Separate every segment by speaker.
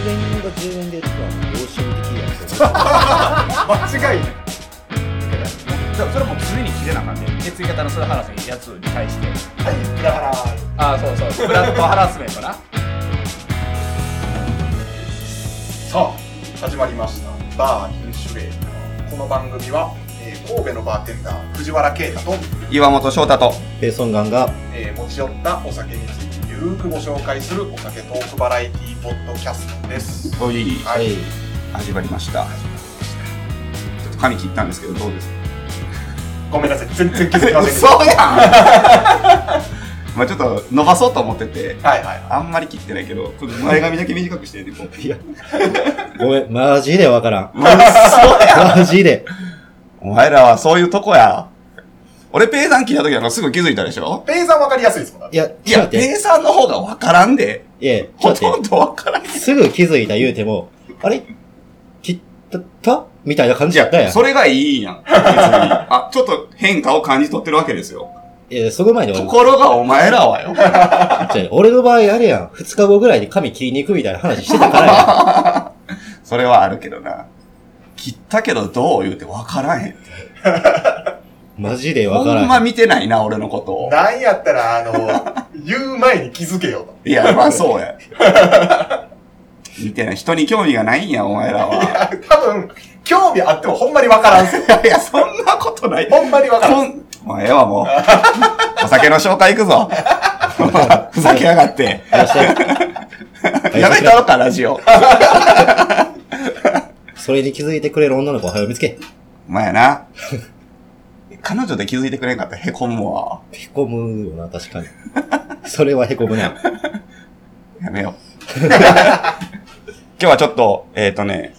Speaker 1: 10年でやったら良心的や
Speaker 2: 間違いない
Speaker 3: それも常に切れなあかんね血液型のそれハラスメントやつに対して
Speaker 2: はいだから
Speaker 3: ああそうそうブラッドハラスメントな
Speaker 2: さあ始まりましたバー飲酒レこの番組は、えー神戸のバーテンダー藤原啓太と、
Speaker 4: 岩本翔太と
Speaker 1: ペーソンガンが
Speaker 2: えー持ち寄ったお酒についてゆーくご紹介するお酒トークバラエティポッドキャストです
Speaker 4: おい
Speaker 2: はい、
Speaker 4: 始まりましたちょっと髪切ったんですけどどうですか
Speaker 2: ごめんなさい全然気づきませんでし
Speaker 4: 嘘
Speaker 2: た
Speaker 4: やん まあちょっと伸ばそうと思ってて
Speaker 2: はいはい
Speaker 4: あんまり切ってないけど前髪だけ短くしてねこう
Speaker 1: いやごめんマジでわから ん
Speaker 4: 嘘や
Speaker 1: マジで
Speaker 4: お前らはそういうとこや俺ペイさん聞いた時なんかすぐ気づいたでしょ
Speaker 2: ペイさんわかりやすいですもん
Speaker 1: いや
Speaker 4: い
Speaker 1: ちょ
Speaker 4: や
Speaker 1: っと待っ
Speaker 4: ペイさんの方がわからんで
Speaker 1: ていやちょ
Speaker 4: ほ
Speaker 1: っと
Speaker 4: と
Speaker 1: 待
Speaker 4: んどわからん
Speaker 1: ってすぐ気づいた言うてもあれ切ったったみたいな感じやったやん
Speaker 4: それがいいやん別にあちょっと変化を感じ取ってるわけですよ
Speaker 1: いやそこまで
Speaker 4: と
Speaker 1: 俺
Speaker 4: ころがお前らはよ
Speaker 1: 違う俺の場合あれやん2日後ぐらいに髪切りに行くみたいな話してたから やん
Speaker 4: それはあるけどな。切ったけどどう言うて分からへん。
Speaker 1: マジでわか
Speaker 4: ほ
Speaker 1: らん
Speaker 4: んま見てないな、俺のことを。
Speaker 2: なんやったらあの 言う前に気づけよと
Speaker 4: いや、まあそうや。見てない。人に興味がないんや、お前らは。
Speaker 2: あ多分興味あってもほんまにわからんっすよ
Speaker 4: いやいや、そんなことない。
Speaker 2: ほんまにわからん
Speaker 4: こん、まあええわ、もう。お酒の紹介行くぞ。 ふざけやがって。
Speaker 1: いらっしゃい
Speaker 4: やめたろか、ラジオ。
Speaker 1: それに気づいてくれる女の子を早う見つけ。
Speaker 4: お前やな。彼女で気づいてくれんかったらへこむわ。
Speaker 1: へこむよな、確かに。それはへこむな。
Speaker 4: やめよう。 今日はちょっと、えっ、ー、とね、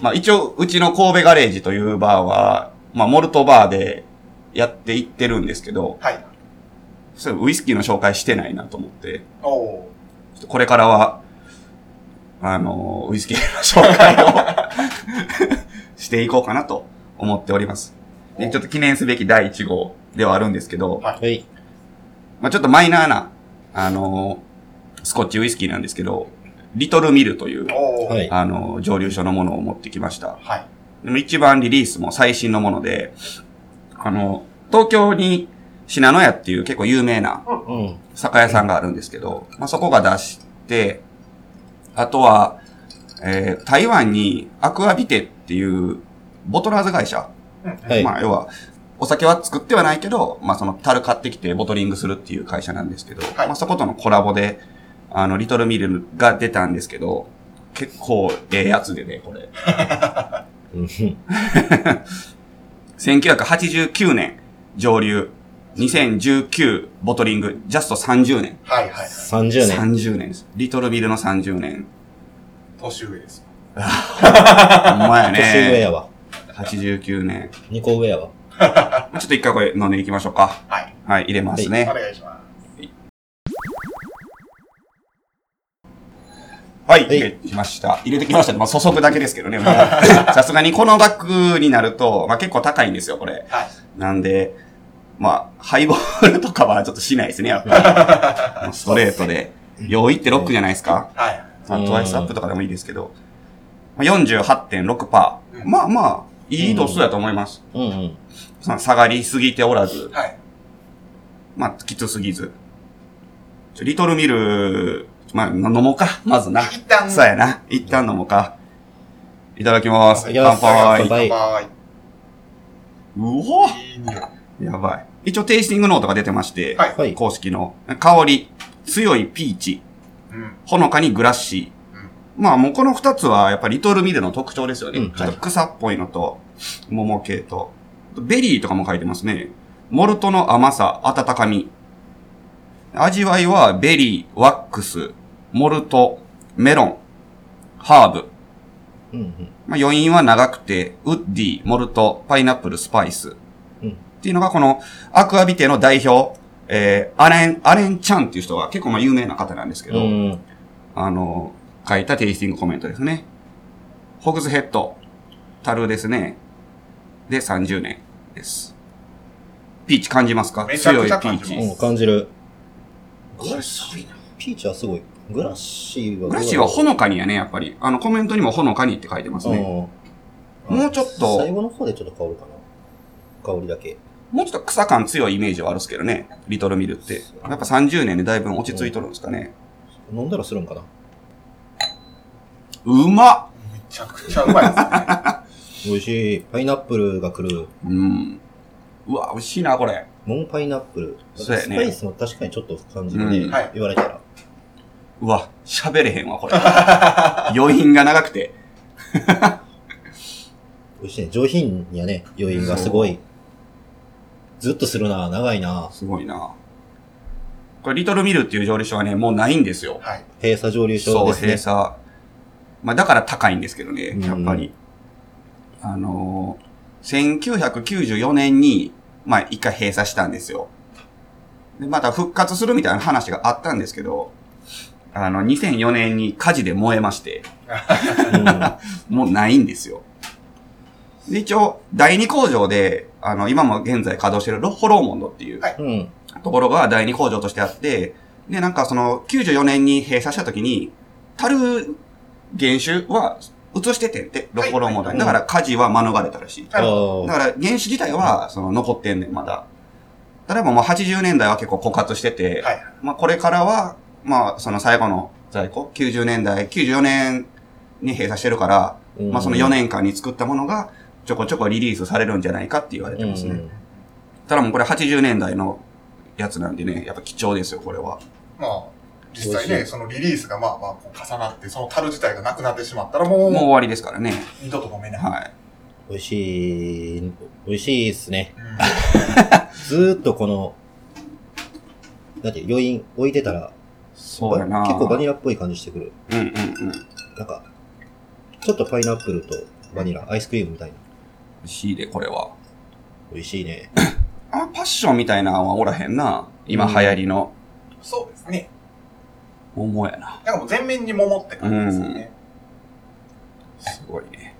Speaker 4: まあ一応、うちの神戸ガレージというバーは、まあモルトバーでやっていってるんですけど、
Speaker 2: はい
Speaker 4: それウイスキーの紹介してないなと思って、
Speaker 2: おお
Speaker 4: ちょっとこれからは、あのー、ウイスキーの紹介を していこうかなと思っております。で、ちょっと記念すべき第1号ではあるんですけど、
Speaker 1: はい。
Speaker 4: まあ、ちょっとマイナーな、あのースコッチウイスキーなんですけど、リトルミルという、
Speaker 2: おお
Speaker 1: はい。
Speaker 4: あのー蒸留所のものを持ってきました。
Speaker 2: はい
Speaker 4: でも一番リリースも最新のもので、あの東京に信濃屋っていう結構有名な
Speaker 1: うん。
Speaker 4: 酒屋さんがあるんですけど、まあ、そこが出して、あとは、えー台湾にアクアビテっていうボトラーズ会社
Speaker 2: うん
Speaker 1: はい。
Speaker 4: まあ、要は、お酒は作ってはないけど、まあ、その、樽買ってきてボトリングするっていう会社なんですけど、
Speaker 2: はい
Speaker 4: まあ、そことのコラボで、あの、リトルミルが出たんですけど、結構、ええやつでね、これ。
Speaker 1: うん
Speaker 4: 1989年、上流。2019、ボトリング、ジャスト30年。
Speaker 2: はいはい
Speaker 1: 30年。
Speaker 4: 30年です。リトルミルの30年。
Speaker 2: 年上です
Speaker 4: ほんまや
Speaker 1: 年上
Speaker 4: ね。
Speaker 1: やわ。
Speaker 4: 89年。
Speaker 1: 2個上やわ。
Speaker 4: ちょっと一回これ飲んでいきましょうか。
Speaker 2: はい
Speaker 4: はい、入れますね。
Speaker 2: お願いしま
Speaker 4: は
Speaker 1: はい
Speaker 4: い、入れてきました。入れてきました。まあ、注ぐだけですけど ね。もうさすがにこの額になると、まあ結構高いんですよ、これ。
Speaker 2: はい
Speaker 4: なんで、まあ、ハイボールとかはちょっとしないですね、やっぱ り。もうストレートで。用意ってロックじゃないですか。
Speaker 2: すはい
Speaker 4: まあ
Speaker 1: うん
Speaker 4: トワイスアップとかでもいいですけど。まあ、48.6%。ま
Speaker 2: うん
Speaker 4: あまあ、いい度数だと思います。
Speaker 1: うんうん。
Speaker 4: その下がりすぎておらず、
Speaker 2: はい
Speaker 4: まあ、きつすぎず。ちょリトルミル、まあ、飲もうか、まずな。
Speaker 2: 一旦
Speaker 4: そうやな。一旦飲もうか。いただきます。
Speaker 1: いただき
Speaker 4: 乾
Speaker 1: ます
Speaker 4: 杯。
Speaker 1: はい
Speaker 2: は
Speaker 4: う
Speaker 2: い
Speaker 4: お
Speaker 2: いい匂い
Speaker 4: やばい。一応テイスティングノートが出てまして、
Speaker 2: はい
Speaker 1: はい。
Speaker 4: 公式の。香り、強いピーチ、
Speaker 2: うん
Speaker 4: ほのかにグラッシー。まあもうこの二つはやっぱりリトルミルの特徴ですよね。
Speaker 1: うんはい
Speaker 4: ちょっと草っぽいのと、桃系と。ベリーとかも書いてますね。モルトの甘さ、温かみ。味わいはベリー、ワックス、モルト、メロン、ハーブ。
Speaker 1: うんうん。
Speaker 4: まあ、余韻は長くて、ウッディ、モルト、パイナップル、スパイス。
Speaker 1: うん
Speaker 4: っていうのが、この、アクアビテの代表、えー、アレン、アレン・チャンっていう人が結構まあ有名な方なんですけ
Speaker 1: う
Speaker 4: ど、
Speaker 1: んうん。
Speaker 4: あの、書いたテイスティングコメントですね。ホグズヘッド、樽ですね。で、30年です。ピーチ感じますか
Speaker 2: めちゃくちゃ
Speaker 4: 強い
Speaker 2: 感
Speaker 4: ピ
Speaker 2: じ
Speaker 4: ー
Speaker 2: ま
Speaker 4: チ。
Speaker 1: うん感じる。
Speaker 4: これすごいな
Speaker 1: ピーチはすごい。グラッシーは
Speaker 4: グラッシーはほ
Speaker 1: で
Speaker 4: のかにやね、やっぱり。あの、コメントにもほのかにって書いてますね。
Speaker 1: うん
Speaker 4: もうちょっ
Speaker 1: 最
Speaker 4: と、
Speaker 1: 後の方でちょっと香るかな。香りだけ。
Speaker 4: もうちょっと草感強いイメージはあるんですけどね。リトルミルって。やっぱ30年でだいぶ落ち着いとるんですかね。
Speaker 1: 飲んだらするんかな。
Speaker 4: うまっ
Speaker 2: めちゃくちゃうまいですね。
Speaker 1: 美味しい。パイナップルが来る。
Speaker 4: うん。うわ、美味しいな、これ。
Speaker 1: モンパイナップル。
Speaker 4: そうやね
Speaker 1: スパイスも確かにちょっと感じるね。
Speaker 4: うん
Speaker 2: はい
Speaker 1: 言われたら。
Speaker 4: うわ、喋れへんわ、これ。 余韻が長くて。
Speaker 1: 美味しいね。上品やね。余韻がすごい。ずっとするな。長いな。
Speaker 4: すごいな。これ、リトルミルっていう蒸留所はね、もうないんですよ。
Speaker 2: はい。
Speaker 1: 閉鎖蒸留所
Speaker 4: そう、
Speaker 1: です
Speaker 4: 閉
Speaker 1: ね。
Speaker 4: 鎖。まあ、だから高いんですけどね、やっぱり。あのー、1994年に、まあ、一回閉鎖したんですよ。で、また復活するみたいな話があったんですけど、あの、2004年に火事で燃えまして、もうないんですよ。で、一応、第二工場で、あの、今も現在稼働してるロッホローモンドっていう、
Speaker 2: はい
Speaker 1: うん。うん。
Speaker 4: ところが第二工場としてあって、で、なんかその、94年に閉鎖した時に、樽原酒は移しててんって、ロ
Speaker 2: はい
Speaker 4: コロモ
Speaker 2: は
Speaker 4: ダ
Speaker 2: い
Speaker 4: だから火事は免れたらしい。
Speaker 2: は
Speaker 1: あ
Speaker 4: だ
Speaker 2: い
Speaker 1: ー
Speaker 4: から原酒自体は、その、残ってんねん、まだ。例えばもう80年代は結構枯渇してて、
Speaker 2: はい
Speaker 4: まあこれからは、まあその最後の在庫、90年代、94年に閉鎖してるから、
Speaker 1: うん
Speaker 4: まあその4年間に作ったものが、ちょこちょこリリースされるんじゃないかって言われてますね。
Speaker 1: うん
Speaker 4: ただもうこれ80年代のやつなんでね、やっぱ貴重ですよ、これは。
Speaker 2: まあ、実際
Speaker 1: 美味し
Speaker 2: ね、そのリリースがまあまあこう重なって、その樽自体がなくなってしまったらも
Speaker 4: も
Speaker 2: う、
Speaker 4: う終わりですからね。
Speaker 2: 二度と飲めない。
Speaker 4: はい。
Speaker 1: 美味しい、美味しいですね。
Speaker 2: うん
Speaker 1: ずーっとこの、だって余韻置いてたら、
Speaker 4: そうやな
Speaker 1: 結構バニラっぽい感じしてくる。
Speaker 4: うんうんうん。美
Speaker 1: なんか、ちょっとパイナップルとバニラ、アイスクリームみたいな。
Speaker 4: 味しいで、これは。
Speaker 1: 美味しいね。
Speaker 4: あ、パッションみたいなのはおらへんな。今流行りの。
Speaker 2: そうですね。
Speaker 4: 桃やな。
Speaker 2: なんかもう全面に桃って感じですよね。
Speaker 4: すごいね。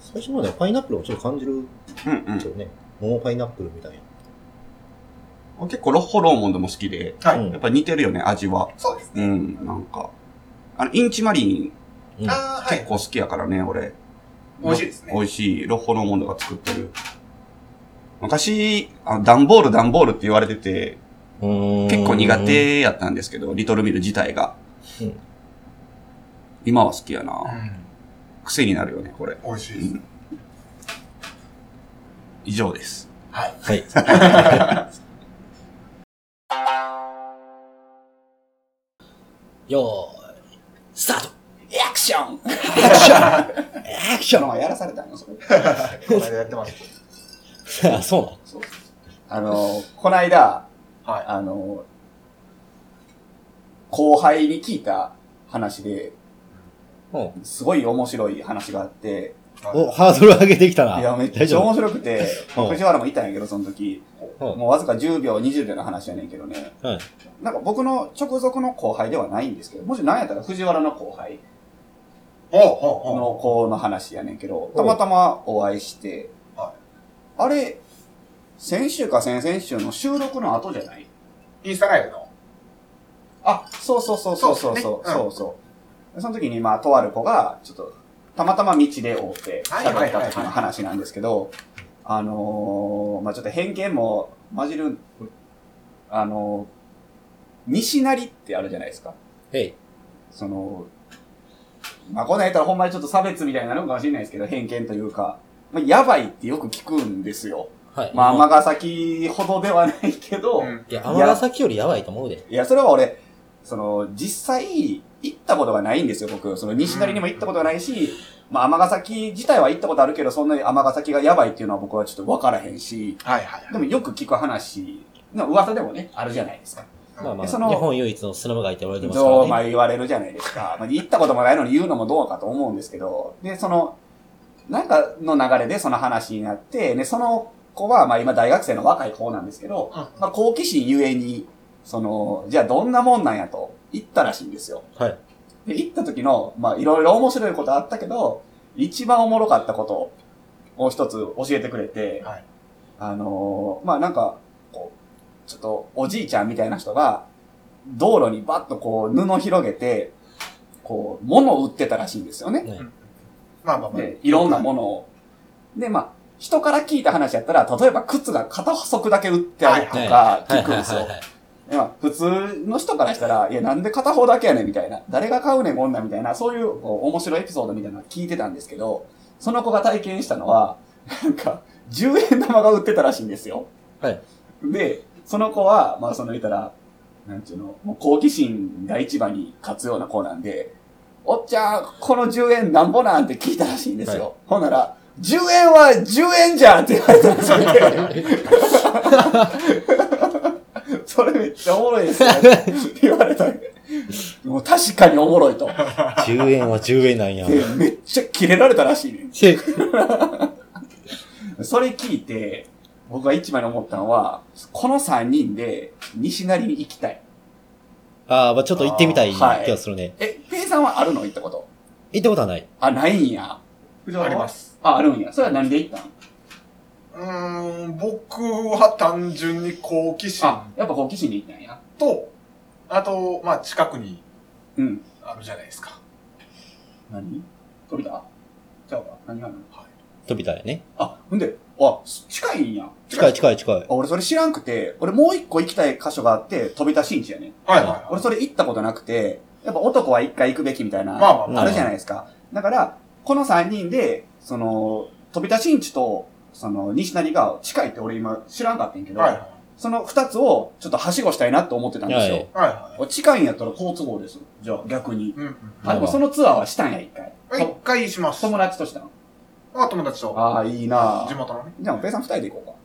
Speaker 1: 最初まではパイナップルをちょっと感じる
Speaker 4: うんうん
Speaker 1: んですよね。桃パイナップルみたいな。。
Speaker 4: 俺結構ロッホローモンドも好きで、
Speaker 2: はい。
Speaker 1: うん
Speaker 4: やっぱ似てるよね、味は。
Speaker 2: そうです
Speaker 4: う
Speaker 2: ね。
Speaker 4: ん、なんか。あの、インチマリン
Speaker 1: うん
Speaker 2: ああ、は
Speaker 4: 結
Speaker 2: い。
Speaker 4: 構好きやからね、俺。
Speaker 2: 美味しいですね
Speaker 4: 美味しい。ロッホローモンドが作ってる。昔、あの、段ボール段ボールって言われてて、結
Speaker 1: 結
Speaker 4: 構苦。手やったんですけど、リトルミル自体が。
Speaker 1: うん
Speaker 4: 今は好きや
Speaker 2: う
Speaker 4: な。
Speaker 2: ん。
Speaker 4: 癖になるよね、これ。
Speaker 2: 美味しいです。
Speaker 4: 以上です。
Speaker 2: はい。
Speaker 1: はい。 よーい、スタート
Speaker 4: アクション
Speaker 1: アクション
Speaker 4: はやらされたのそれ。
Speaker 2: この間やってまし
Speaker 1: あそうなの
Speaker 4: あの、こないだ、
Speaker 2: た。はい。
Speaker 4: あの、後輩に聞いた話で、
Speaker 1: う
Speaker 4: すごい面白い話があって、
Speaker 1: お、ハードル上げてきたな。
Speaker 4: いや、めっちゃ面白く て、
Speaker 1: うん
Speaker 4: 藤原もいたんやけど、その時。
Speaker 1: うん
Speaker 4: もうわずか10秒、20秒の話やねんけどね。
Speaker 1: はい
Speaker 4: なんか僕の直属の後輩ではないんですけど、もし何やったら藤原の後輩
Speaker 2: おうおうおう
Speaker 4: の子の話やねんけど、たまたまお会いして
Speaker 2: は、
Speaker 4: あれ、先週か先々週の収録の後じゃない
Speaker 2: インスタライブの。
Speaker 4: あ、そうそうそうそうそう
Speaker 2: そ
Speaker 4: そうう、
Speaker 2: ですねう
Speaker 4: そうそう。その時に、まあ、とある子が、ちょっと、たまたま道で会うて、
Speaker 2: はいはい
Speaker 4: 喋
Speaker 2: はい
Speaker 4: った時の話なんですけど、あのー、まあちょっと偏見も混じる、あのー、西成ってあるじゃないですか。
Speaker 1: へい。
Speaker 4: その、まあこんなんやったらほんまにちょっと差別みたいになるのかもしれないですけど、偏見というか、まあ、やばいってよく聞くんですよ。
Speaker 1: はい。
Speaker 4: まあ、尼崎ほどではないけど、
Speaker 2: うん
Speaker 1: いや、尼崎よりやばいと思うで。
Speaker 4: いや、それは俺、その、実際、行ったことがないんですよ、僕。その、西成にも行ったことがないし、まあ、尼崎自体は行ったことあるけど、そんなに尼崎がやばいっていうのは僕はちょっと分からへんし、
Speaker 2: はいはい。
Speaker 4: でもよく聞く話、の噂でもね、あるじゃないですか。
Speaker 1: まあまあ、
Speaker 4: え
Speaker 1: 日
Speaker 4: その
Speaker 1: 本唯一の砂場がいって言われてますからね。
Speaker 4: どう、まあ言われるじゃないですか。まあ、行ったこともないのに言うのもどうかと思うんですけど、で、その、なんかの流れでその話になって、ね、その子は、まあ今大学生の若い子なんですけど、
Speaker 2: うん
Speaker 4: まあ好奇心ゆえに、その、じゃあどんなもんなんやと言ったらしいんですよ。
Speaker 1: はい。
Speaker 4: で、行った時の、まあいろいろ面白いことあったけど、一番おもろかったことを一つ教えてくれて、
Speaker 2: はい
Speaker 4: あのーまあなんか、こう、ちょっとおじいちゃんみたいな人が、道路にバッとこう、布広げて、こう、物を売ってたらしいんですよね。
Speaker 2: まあまあまあ。
Speaker 4: で、いろんなものを。で、まあ、人から聞いた話やったら、例えば靴が片足だけ売ってあると
Speaker 1: はい
Speaker 4: か
Speaker 1: は
Speaker 4: 聞
Speaker 1: い
Speaker 4: くん
Speaker 1: はい
Speaker 4: ですよ。
Speaker 1: はい。
Speaker 4: でまあ普通の人からしたら、いや、なんで片方だけやねんみたいな、誰が買うねん、こんなんみたいな、そういうこう面白いエピソードみたいなの聞いてたんですけど、その子が体験したのは、なんか、10円玉が売ってたらしいんですよ。
Speaker 1: はい。
Speaker 4: で、その子は、まあ、その言ったら、なんちゅうの、もう好奇心が一番に勝つような子なんで、おっちゃん、この10円なんぼなんて聞いたらしいんですよ。
Speaker 1: は
Speaker 4: ほんなら、10円は10円じゃんって言われたんですよね。それめっちゃおもろ いですね。って言われたんで。もう確かにおもろいと。
Speaker 1: 10円は10円なんや。
Speaker 4: でめっちゃキレられたらしいね。
Speaker 1: せ
Speaker 4: それ聞いて、僕が一番に思ったのは、この3人で西成に行きたい。
Speaker 1: ああ、まあちょっと行ってみたい気がするね。
Speaker 4: え、ペイさんはあるの行ったこと
Speaker 1: 行ったことはない。
Speaker 4: あ、ないんや。
Speaker 2: あります。
Speaker 4: あ、あるんや。それは何で行ったん
Speaker 2: うーん、僕は単純に好奇心
Speaker 4: あ、やっぱ好奇心で行ったんや。
Speaker 2: と、あと、まあ近くに
Speaker 4: うん。
Speaker 2: あるじゃないですか。
Speaker 4: 何飛びたじゃあ、何があるの
Speaker 1: 飛びたいね。
Speaker 4: あ、ほんで、あ、近いんや。
Speaker 1: 近い近い近い。
Speaker 4: あ俺それ知らんくて、俺もう一個行きたい箇所があって、飛び出しんちやね。
Speaker 2: はいはいは
Speaker 4: 俺
Speaker 2: い。
Speaker 4: それ行ったことなくて、やっぱ男は一回行くべきみたいな、
Speaker 2: まあまあ
Speaker 1: まあ
Speaker 4: あるじゃないですか。だから、この三人で、その、飛び出しんちと、その、西成が近いって俺今知らんかったんやけど、
Speaker 2: はいはい。
Speaker 4: その二つをちょっとはしごしたいなと思ってたんですよ。
Speaker 1: はい
Speaker 2: はいは
Speaker 4: 俺近いんやったら好都合です。じゃあ逆に
Speaker 2: い。。うんうん。
Speaker 1: まあ
Speaker 4: あ、でもそのツアーはしたんや、一回。
Speaker 2: 一
Speaker 4: と
Speaker 2: 回します。
Speaker 4: 友達としたの。
Speaker 2: あ、友達と。
Speaker 4: ああ、いいな
Speaker 2: 地元のね。
Speaker 4: じゃあ、ペイさん二人で行こ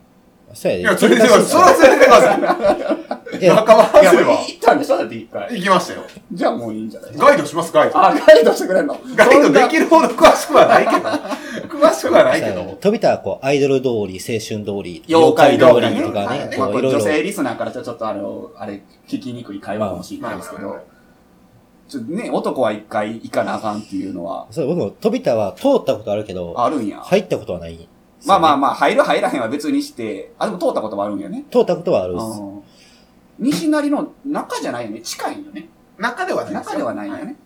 Speaker 1: そうや
Speaker 2: い
Speaker 1: で
Speaker 2: や、連れて ください。それは連れてください。
Speaker 1: いや
Speaker 2: 仲間
Speaker 4: うか。いや、
Speaker 2: 外れは。
Speaker 4: 行ったんでしょだって一回。
Speaker 2: 行きましたよ。
Speaker 4: じゃあもういいんじゃない
Speaker 2: ガイドします、ガイド。
Speaker 4: あ、ガイドしてくれんの
Speaker 2: ガイドで
Speaker 4: る
Speaker 2: きるほど詳しくはないけど。詳しくはないけ
Speaker 1: そうやで
Speaker 2: ど。
Speaker 1: 飛びたはこう、アイドル通り、青春通り、
Speaker 4: 妖怪通
Speaker 1: 妖怪
Speaker 4: りね
Speaker 1: とかね、
Speaker 4: まあ
Speaker 1: こ
Speaker 4: こ
Speaker 1: う、い
Speaker 4: れ
Speaker 1: ろ
Speaker 4: 女
Speaker 1: いろ。
Speaker 4: 性リスナーからしたらちょっとあの、あれ、聞きにくい会話かもしれないですけ
Speaker 2: まあま
Speaker 4: ど
Speaker 2: あ、
Speaker 4: ちょっとね、男は一回行かなあかんっていうのは、
Speaker 1: そう、僕も飛びたは通ったことあるけど、
Speaker 4: あるんや。
Speaker 1: 入ったことはない。
Speaker 4: まあまあ
Speaker 1: あ。
Speaker 4: まあ、入る入らへんは別にして、あ、でも通ったこともあるんやね。
Speaker 1: 通ったことはあるっす。
Speaker 4: うん西成の中じゃないよね。近いよね。
Speaker 2: 中ではないす
Speaker 4: 中
Speaker 2: よ
Speaker 4: ではないよ。ね。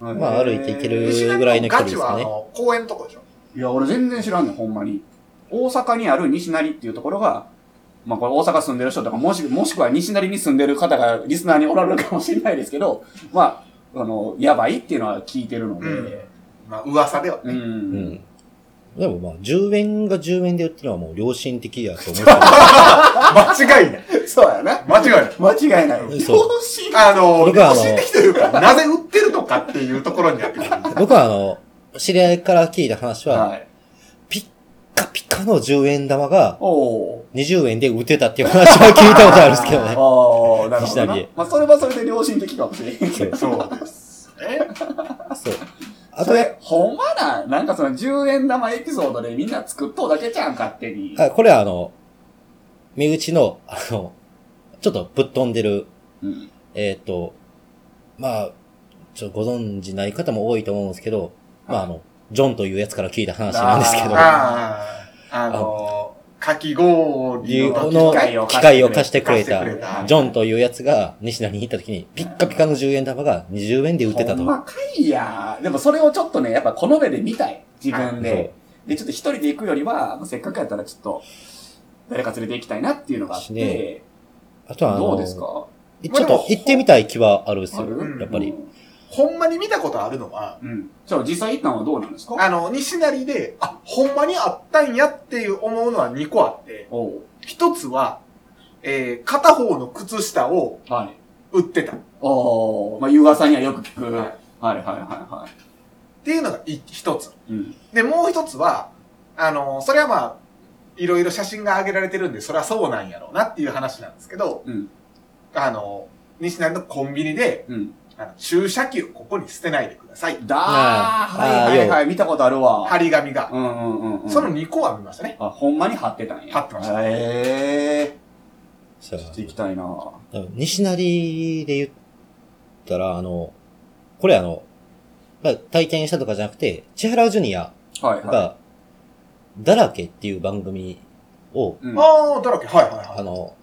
Speaker 4: うん
Speaker 1: まあ歩いて行ける
Speaker 2: 西成
Speaker 1: ぐらいの
Speaker 2: の
Speaker 1: 距離
Speaker 2: ガ
Speaker 1: です
Speaker 2: チは、
Speaker 1: か
Speaker 2: あ
Speaker 1: ね
Speaker 2: の、公園のとこでしょ。
Speaker 4: いや、俺全然知らんねん、ほんまに。大阪にある西成っていうところが、まあこれ大阪住んでる人とか、もしもしくは西成に住んでる方がリスナーにおられるかもしれないですけど、まあ、あの、やばいっていうのは聞いてるので、
Speaker 2: まあ、噂では
Speaker 4: う
Speaker 2: ね。
Speaker 4: ん。
Speaker 1: うん。でもまあ、10円が10円で売ってるのはもう良心的やと思 うけど。
Speaker 2: 間違いない。
Speaker 4: そうやな。
Speaker 2: 間違いない。
Speaker 4: 間違いない。
Speaker 1: 嘘
Speaker 4: 両親
Speaker 2: あの、
Speaker 1: 僕はあ
Speaker 2: 良
Speaker 1: の
Speaker 2: 心的というか、なぜ売ってるのかっていうところにやってくる。
Speaker 1: 僕はあの、知り合いから聞いた話は、
Speaker 4: はい。
Speaker 1: ピッカピカの10円玉が
Speaker 4: おお
Speaker 1: 20円で売ってたっていう話は聞いたことあるんですけど
Speaker 4: ー。
Speaker 1: ね。
Speaker 4: ああ、なるほど
Speaker 1: 西
Speaker 4: な
Speaker 1: 成。
Speaker 4: まあそれはそれで良心的かもしれへんけど。
Speaker 1: そう。
Speaker 2: そうです。え
Speaker 1: そう。 あ
Speaker 4: そ
Speaker 1: とや、
Speaker 4: れ、ほんまな、なんかその10円玉エピソードでみんな作っとうだけじゃん、勝手に。
Speaker 1: あこれはあの、身内の、あの、ちょっとぶっ飛んでる、
Speaker 4: うん。
Speaker 1: えっ、と、まあ、ちょっとご存知ない方も多いと思うんですけど、まああの、ジョンというやつから聞いた話なんですけど、
Speaker 2: ああ、あの、かき氷の
Speaker 1: こ
Speaker 2: 時
Speaker 1: の
Speaker 4: 機械を貸してくれ
Speaker 1: 機械を貸してくれ
Speaker 2: 貸してくれ
Speaker 1: た
Speaker 2: た、
Speaker 1: ジョンというやつが西田に行った時に、ピッカピカの10円玉が20円で売ってた
Speaker 4: ほ
Speaker 1: と
Speaker 4: ん。まかいや。でもそれをちょっとね、やっぱこの目で見たい。自分で。で、ちょっと一人で行くよりは、まあせっかくやったらちょっと、誰か連れて行きたいなっていうのがあって、
Speaker 1: ねあとはあの、
Speaker 4: どうですか
Speaker 1: ちょっと行ってみたい気はあるんです
Speaker 4: あ
Speaker 1: よ
Speaker 4: る。
Speaker 1: やっぱり。。
Speaker 2: ほんまに見たことあるのは、
Speaker 4: うん。じゃあ実際行ったのはどうなんですか
Speaker 2: あの、西成で、あ、ほんまにあったんやっていう思うのは2個あって、
Speaker 4: おう
Speaker 2: 一つは、えー、片方の靴下を
Speaker 4: はい。
Speaker 2: 売ってた。っ
Speaker 4: おー、まあ、優雅さんにはよく聞く。
Speaker 2: は
Speaker 4: はいいはいはいは
Speaker 2: ていうのがい一つ。
Speaker 4: い。うん。
Speaker 2: で、もう一つは、あの、それはまあ、いろいろ写真が上げられてるんで、そりゃそうなんやろうなっていう話なんですけど、
Speaker 4: うん。
Speaker 2: あの、西成のコンビニで、
Speaker 4: うん。
Speaker 2: あの注射器をここに捨てないでください。
Speaker 4: だー、
Speaker 1: あー
Speaker 4: はいはいはい、見たことあるわ。
Speaker 2: 張り紙が。
Speaker 4: うんうんうんうん。
Speaker 2: その2個は見ましたね。
Speaker 4: あ、ほんまに貼ってたんや。
Speaker 2: 貼ってました
Speaker 4: へえ
Speaker 1: そう
Speaker 4: ー。ちょっと行きたいなぁ。
Speaker 1: 西成で言ったら、あの、これあの、まあ体験したとかじゃなくて、千原ジュニア
Speaker 4: はいは
Speaker 1: が、だらけっていう番組を、
Speaker 4: い。うん、
Speaker 2: ああ、だらけ。はいはい
Speaker 1: あ
Speaker 2: はい。
Speaker 1: の、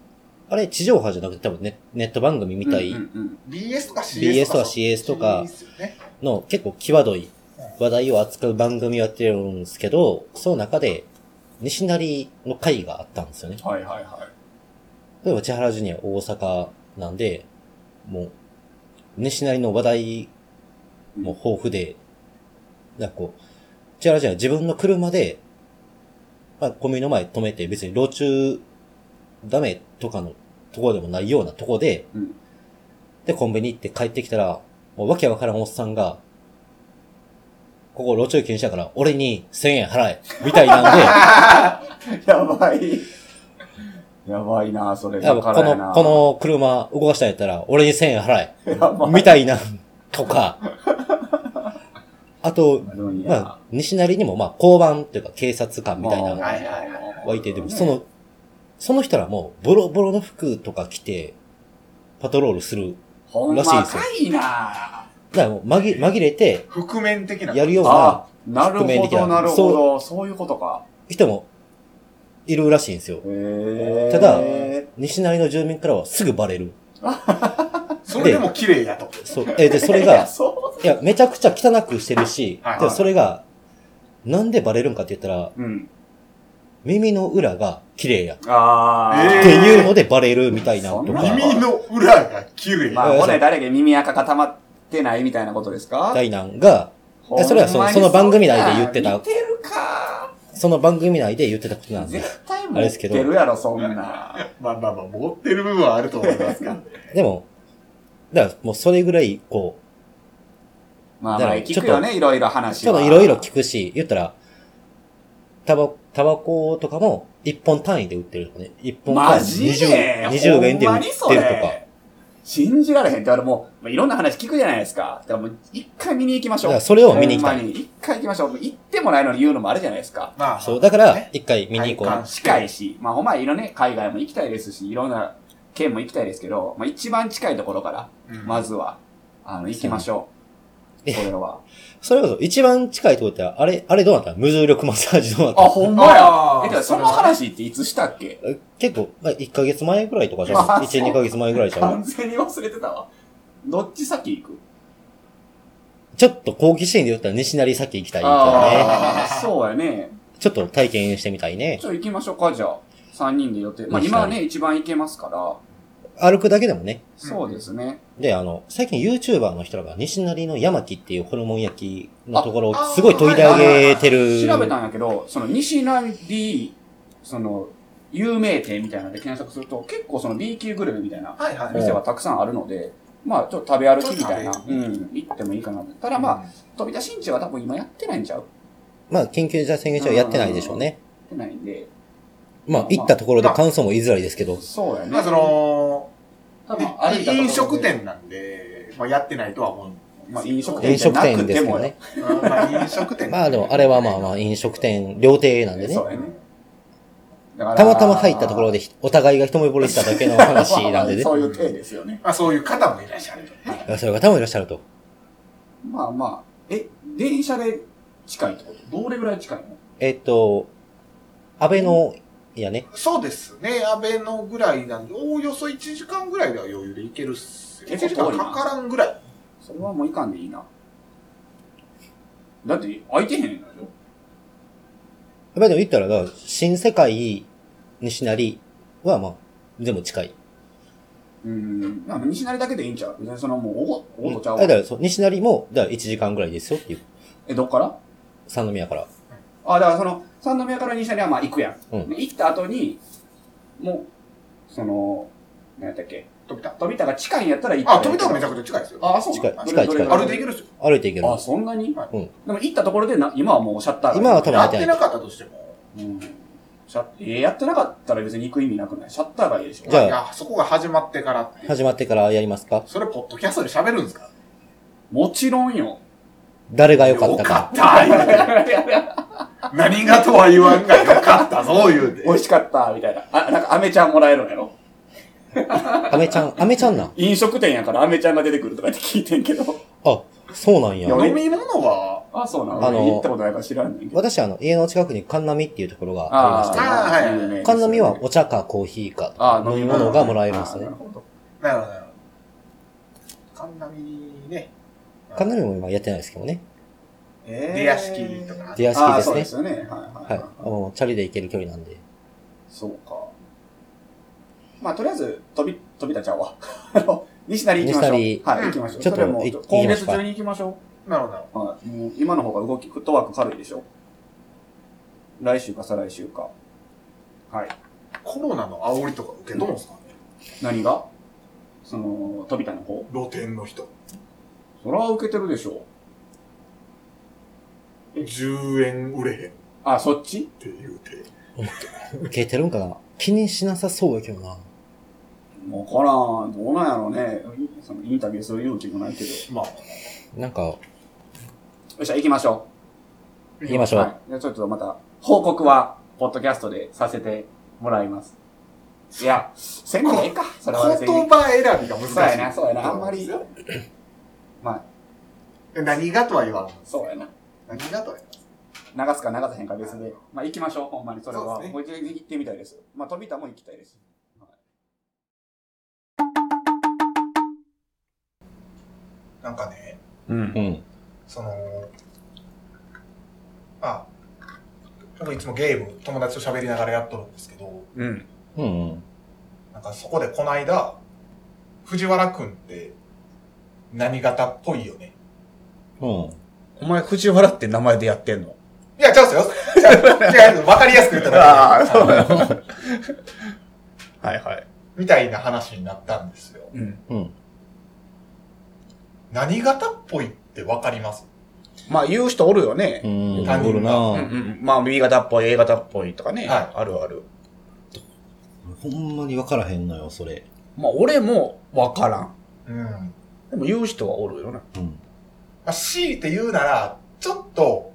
Speaker 1: あれ、地上波じゃなくて多分ネネット番組みたい
Speaker 4: うんうん
Speaker 2: BS とか CS
Speaker 1: BS と
Speaker 2: とか
Speaker 1: か
Speaker 2: そう
Speaker 1: CS とか
Speaker 2: ですよね
Speaker 1: の結構際どい話題を扱う番組をやってるんですけど、その中で、西成の会があったんですよね。
Speaker 4: はいはいは
Speaker 1: 例えば千原ジュニア大阪なんで、もう、西成の話題も豊富で、なんかこう、千原ジュニア自分の車で、まあコンビニの前止めて別に路中ダメとかのところでもないようなとこで、
Speaker 4: うん
Speaker 1: でコンビニ行って帰ってきたら、もうわけわからんおっさんが、ここ路中禁止だから俺に1000円払えみたいなんで、
Speaker 4: い。やばい。やばいな、そ れ。
Speaker 1: 多
Speaker 4: だ
Speaker 1: 分
Speaker 4: か
Speaker 1: こ
Speaker 4: らやな
Speaker 1: の、この車動かしたんやったら、俺に1000円払え。
Speaker 4: やばい。
Speaker 1: みたいな、とか。あと、
Speaker 4: あるんや
Speaker 1: まあ、西成にも、まあ、交番というか警察官みたいなの
Speaker 2: は
Speaker 1: が
Speaker 2: いはいはい
Speaker 1: いて、でも、その、その人らもう、ボロボロの服とか着て、パトロールする。
Speaker 4: ほん
Speaker 1: ら
Speaker 4: ま
Speaker 1: しいです
Speaker 4: か
Speaker 1: よ
Speaker 4: いな。
Speaker 1: だからもう紛、紛れて、
Speaker 2: 覆面的な
Speaker 1: やるような
Speaker 4: あ、なる
Speaker 1: 覆面
Speaker 4: ほ
Speaker 1: 的な
Speaker 4: ど、なるほど。そういうことか。
Speaker 1: 人も、いるらしいんですよ。
Speaker 4: へー
Speaker 1: ただ西成の住民からはすぐバレる。
Speaker 2: それでも綺麗やと
Speaker 1: そう。え、で、それ
Speaker 4: いや
Speaker 1: が、
Speaker 4: そ
Speaker 1: いや、めちゃくちゃ汚くしてるし、
Speaker 2: はい
Speaker 1: でそれが、なんでバレるんかって言ったら、
Speaker 4: う。うん。
Speaker 1: 耳の裏が綺麗や。っ
Speaker 4: あー。
Speaker 2: えー
Speaker 1: ていうのでバレるみたいな
Speaker 4: そん
Speaker 1: と
Speaker 4: な
Speaker 1: か。
Speaker 2: 耳の裏が綺麗、
Speaker 4: まあ、これ誰が耳垢が溜まってないみたいなことですか
Speaker 1: ダイナンが、えそれはその
Speaker 4: ほんまに
Speaker 1: その番組内で言ってた
Speaker 4: 似てるか
Speaker 1: その番組内で言ってたことなんで。
Speaker 4: 絶対
Speaker 1: あれ
Speaker 4: 持
Speaker 1: で
Speaker 4: っ
Speaker 1: すけ
Speaker 4: て
Speaker 1: ど
Speaker 4: るや ろ、そんな。
Speaker 2: まあまあまあ持ってる部分はあると思いますが
Speaker 1: でも、だからもうそれぐらい、こ
Speaker 4: まあ、
Speaker 1: だ
Speaker 4: ま
Speaker 1: か
Speaker 4: あ、
Speaker 1: ら
Speaker 4: 聞くよね、いろいろ
Speaker 1: う、
Speaker 4: 話
Speaker 1: ちょ
Speaker 4: は。
Speaker 1: っといろいろ聞くし、言ったら、タバ、タバコとかも一本単位で売ってるとかね。一本単
Speaker 4: マ
Speaker 1: 位
Speaker 4: ジ
Speaker 1: 20
Speaker 4: で、
Speaker 1: 20円で
Speaker 4: ほん
Speaker 1: 売って
Speaker 4: まに
Speaker 1: ると
Speaker 4: そ
Speaker 1: か
Speaker 4: れ。信じられへんって、あれもう、まあいろんな話聞くじゃないですか。だからもう、一回見に行きまし
Speaker 1: だ
Speaker 4: ょ
Speaker 1: から
Speaker 4: う。
Speaker 1: それを見に行きた
Speaker 4: ほんま
Speaker 1: い。
Speaker 4: に一回行きましょう。行ってもないのに言うのもあるじゃないですか。
Speaker 2: ま あ
Speaker 1: そう、だから
Speaker 2: ね、
Speaker 1: 一回見に行こ
Speaker 2: 体感
Speaker 1: う。
Speaker 4: 近いし、まあほんまいろんなね、海外も行きたいですし、いろんな県も行きたいですけど、まあ一番近いところから、
Speaker 2: うん
Speaker 4: まずは、あの、行きましょう。
Speaker 1: そう
Speaker 4: これは。
Speaker 1: それこそ一番近いとこって、あれ、あれどうなった無重力マッサージどうなっ
Speaker 4: あ、
Speaker 1: た
Speaker 4: ほんまや
Speaker 2: あ。ー
Speaker 4: え、てかその話っていつしたっけ
Speaker 1: え結構、まあ、1ヶ月前ぐらいとかじゃん。
Speaker 4: あそう
Speaker 1: 1、2ヶ月前ぐらいじゃ
Speaker 4: 完
Speaker 1: ん。
Speaker 4: 全に忘れてたわ。どっち先行く
Speaker 1: ちょっと好奇心で言ったら西成先行きたいみたいなね。
Speaker 4: ああ、そうやね。
Speaker 1: ちょっと体験してみたいね
Speaker 4: ち。ょ、行きましょうか、じゃあ。三人で予定。まあ今はね、一番行けますから。
Speaker 1: 歩くだけでもね。
Speaker 4: そうですね。
Speaker 1: で、あの、最近 YouTuber の人らが西成の山木っていうホルモン焼きのところをすごい研いであげてる。
Speaker 4: 調べたんやけど、その西成、その、有名店みたいなので検索すると、結構その B 級グルメみたいな
Speaker 2: はいはい
Speaker 1: ん
Speaker 4: 店がたくさんあるので、まあちょっと食べ歩きみたいな
Speaker 2: ちょっ、と
Speaker 4: うん、行ってもいいかな。ただまあ、飛び出しんちは多分今やってないんちゃう
Speaker 1: ま
Speaker 4: や
Speaker 1: あ、緊急事態宣言中はやってないでしょうね。
Speaker 4: ってないんで、
Speaker 1: まあ、行ったところで感想も言いづらいですけど。
Speaker 4: そうやね。
Speaker 2: まあそ、の
Speaker 4: 多分歩いたところで
Speaker 2: 飲食。店なんで、まあ、やってないとは 思うんですけど
Speaker 4: まあ飲食
Speaker 1: 飲食店ですけどね。
Speaker 2: うんまあ飲食店
Speaker 1: まあでも、あれはまあまあ飲食店、料亭なんでね
Speaker 4: そ。うやね。だから
Speaker 1: たまたま入ったところで、お互いが一目惚れしただけの話なんでね。
Speaker 4: そういう体ですよね。
Speaker 2: まあそういう方もいらっしゃる。
Speaker 1: そういう方もいらっしゃると。
Speaker 4: まあまあ、え、電車で近いってことどれぐらい近いの
Speaker 1: えっと、安倍の、いやね、
Speaker 2: そうですね、安倍のぐらいなんで、おおよそ1時間ぐらいでは余裕で行けるっすよ。1
Speaker 4: 結
Speaker 2: 時
Speaker 4: 構
Speaker 2: 間
Speaker 4: 遠いな
Speaker 2: かからんぐらい。
Speaker 4: それはもういかんでいいな。だって、空いてへんのよ。
Speaker 1: やっぱりでも言ったらな、新世界、西成はまあ、全部近い。
Speaker 4: うん。まあ、西成だけでいいんちゃう別にそのもう、おご、おごちゃう
Speaker 1: あだからそう、西成も、だから1時間ぐらいですよっていう。
Speaker 4: え、どっから
Speaker 1: 三宮から。
Speaker 4: あ、だからその、三宮から西成はまあ行くやん。
Speaker 1: うん
Speaker 4: で行った後に、もう、その、何やったっけ
Speaker 2: 飛びた。
Speaker 4: 飛び田が近いんやったら行った
Speaker 2: あ、
Speaker 4: らいい
Speaker 2: 飛びたがめちゃくちゃ近いですよ。
Speaker 4: あ、そうなんだ
Speaker 1: 近い近い近い
Speaker 4: ど
Speaker 2: 歩
Speaker 4: れ
Speaker 2: いて行け
Speaker 4: ぐら
Speaker 2: るっすよ。
Speaker 1: 歩いていける。
Speaker 4: あ、そんなに、
Speaker 2: はい
Speaker 1: うん
Speaker 4: でも行ったところでな、今はもうシャッターが
Speaker 1: 今は多分
Speaker 2: やってなかったとしても。
Speaker 4: うんシャえーやってなかったら別に行く意味なくないシャッターがいいでしょ
Speaker 1: じゃあ
Speaker 2: いや、そこが始まってからっていう。
Speaker 1: 始まってからやりますか
Speaker 2: それ、ポッドキャストで喋るんですか
Speaker 4: もちろんよ。
Speaker 1: 誰が良かったか。
Speaker 2: よかった 何がとは言わんがよかったぞ、言うて。
Speaker 4: 美味しかった、みたいな。あ、なんか、アメちゃんもらえるんやろ
Speaker 1: アメちゃん、アメちゃんなん。
Speaker 4: 飲食店やからアメちゃんが出てくるとかって聞いてんけど。
Speaker 1: あ、そうなんや。
Speaker 4: いや
Speaker 2: 飲み物は、
Speaker 4: あ、そうなの。
Speaker 1: あの
Speaker 4: 行ったことないから知らないけど。
Speaker 1: 私、あの、家の近くにカンナミっていうところがありまし
Speaker 4: あ
Speaker 1: て、
Speaker 2: あーはい
Speaker 4: 有名ですよね
Speaker 1: カンナミはお茶かコーヒーか
Speaker 4: あ
Speaker 1: 飲み物がもらえるんです
Speaker 4: あ
Speaker 1: ね
Speaker 4: な。るほど
Speaker 2: なるほど、なるほど。神波ね。
Speaker 1: カンナミも今やってないですけどね。
Speaker 2: えー
Speaker 4: 出
Speaker 2: 出屋敷と。か。
Speaker 1: 出屋
Speaker 4: ああ、
Speaker 1: 敷
Speaker 4: そう
Speaker 1: で
Speaker 4: です
Speaker 1: ね。
Speaker 4: すよね。はいはい
Speaker 1: はい。
Speaker 4: はい。
Speaker 1: あのチャリで行ける距離なんで。
Speaker 4: そうか。まあ、とりあえず、飛び、飛び立っちゃうわ。 あの、西成行きましょう。は
Speaker 1: 西
Speaker 4: い、行きましょう。
Speaker 1: ちょっと
Speaker 4: それもう
Speaker 1: 行き
Speaker 4: 今月中に行きましょ
Speaker 2: なるほどなるほ
Speaker 4: う。はい。もう今の方が動き、フットワーク軽いでしょ。来週か再来週か。はい。
Speaker 2: ど。コロナの煽りとか受けどうんすかね
Speaker 4: 何がその、飛びたの方
Speaker 2: 露店の人。
Speaker 4: そら受けてるでしょ
Speaker 2: 10円売れへんっ
Speaker 4: あ、そっち
Speaker 2: て言うて。
Speaker 1: 受けてるんかな気にしなさそうやけどな。
Speaker 4: わからん。どうなんやろうね。そのインタビューする勇気もないけど。よ
Speaker 2: まあ、
Speaker 1: なんか、
Speaker 4: っしゃ、行きましょ
Speaker 1: 行きまし
Speaker 4: う。
Speaker 1: ょ
Speaker 4: は
Speaker 1: う。
Speaker 4: い。じゃあちょっとまた、報告は、ポッドキャストでさせてもらいます。いや、せんでいいか。それは別
Speaker 2: 言
Speaker 4: に。
Speaker 2: 葉選びが難しい。
Speaker 4: そうやな、そうやな。あんまり。まあ、
Speaker 2: 何がとは言わん。
Speaker 4: そうやな。
Speaker 2: 何がとは言わん。
Speaker 4: 流すか流さへんか別で。まあ、行きましょう。ほんまに、それ
Speaker 2: そう
Speaker 4: は。
Speaker 2: ですね
Speaker 4: もう一回行ってみたいです。まあ、飛びたも行きたいです。
Speaker 2: なんかね、
Speaker 4: うん。
Speaker 1: うん。
Speaker 2: その、あ、僕いつもゲーム、友達と喋りながらやっとるんですけど、
Speaker 4: うん。
Speaker 1: うんうん。
Speaker 2: なんかそこでこの間、藤原くんって何型っぽいよね。
Speaker 1: うん。
Speaker 3: お前、藤原って名前でやってんの
Speaker 2: いや、ちゃうっすよ。ちゃうちゃうわかりやすく言っただ けで
Speaker 3: そうだよ。はいはい。
Speaker 2: みたいな話になったんですよ。
Speaker 3: うん。
Speaker 1: うん。
Speaker 2: 何型っぽいってわかります
Speaker 3: まあ、言う人おるよね。
Speaker 1: うん。
Speaker 2: 他人が
Speaker 1: おるな
Speaker 3: うんうん。まあ、B 型っぽい、A 型っぽいとかね。
Speaker 2: は
Speaker 3: あるある。
Speaker 1: ほんまに分からへんのよ、それ。
Speaker 3: まあ、俺もわからん。
Speaker 2: うん。ま
Speaker 3: でも、言う人はおるよな。
Speaker 1: うん。
Speaker 2: あ、強いて言うなら、ちょっと、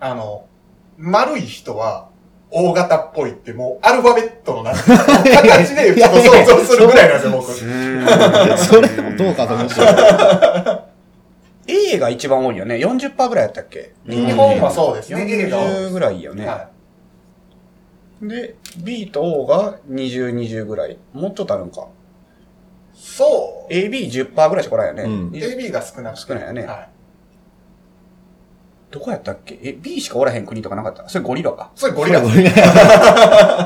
Speaker 2: あの、丸い人は、大型っぽいって、もう、アルファベットのなんか形で、ちょっと想像するぐらいなんですよ、僕。
Speaker 1: それもどうかと思ってる。
Speaker 3: A が一番多いよね。40%ぐらいやったっけ
Speaker 1: うん
Speaker 2: 日本はそうですね、映画は。
Speaker 3: 40ぐらいよね。
Speaker 2: は
Speaker 3: で、B と O が20、20ぐらい。もうちょっとあるんか。
Speaker 2: い。そう。
Speaker 3: AB10% ぐらいしか来ないよね。
Speaker 1: うん
Speaker 3: 20
Speaker 2: AB が少なくて。
Speaker 3: 少ないよね
Speaker 2: はい。
Speaker 3: どこやったっけえ、B しかおらへん国とかなかったそれゴリラか。
Speaker 2: それゴリラ。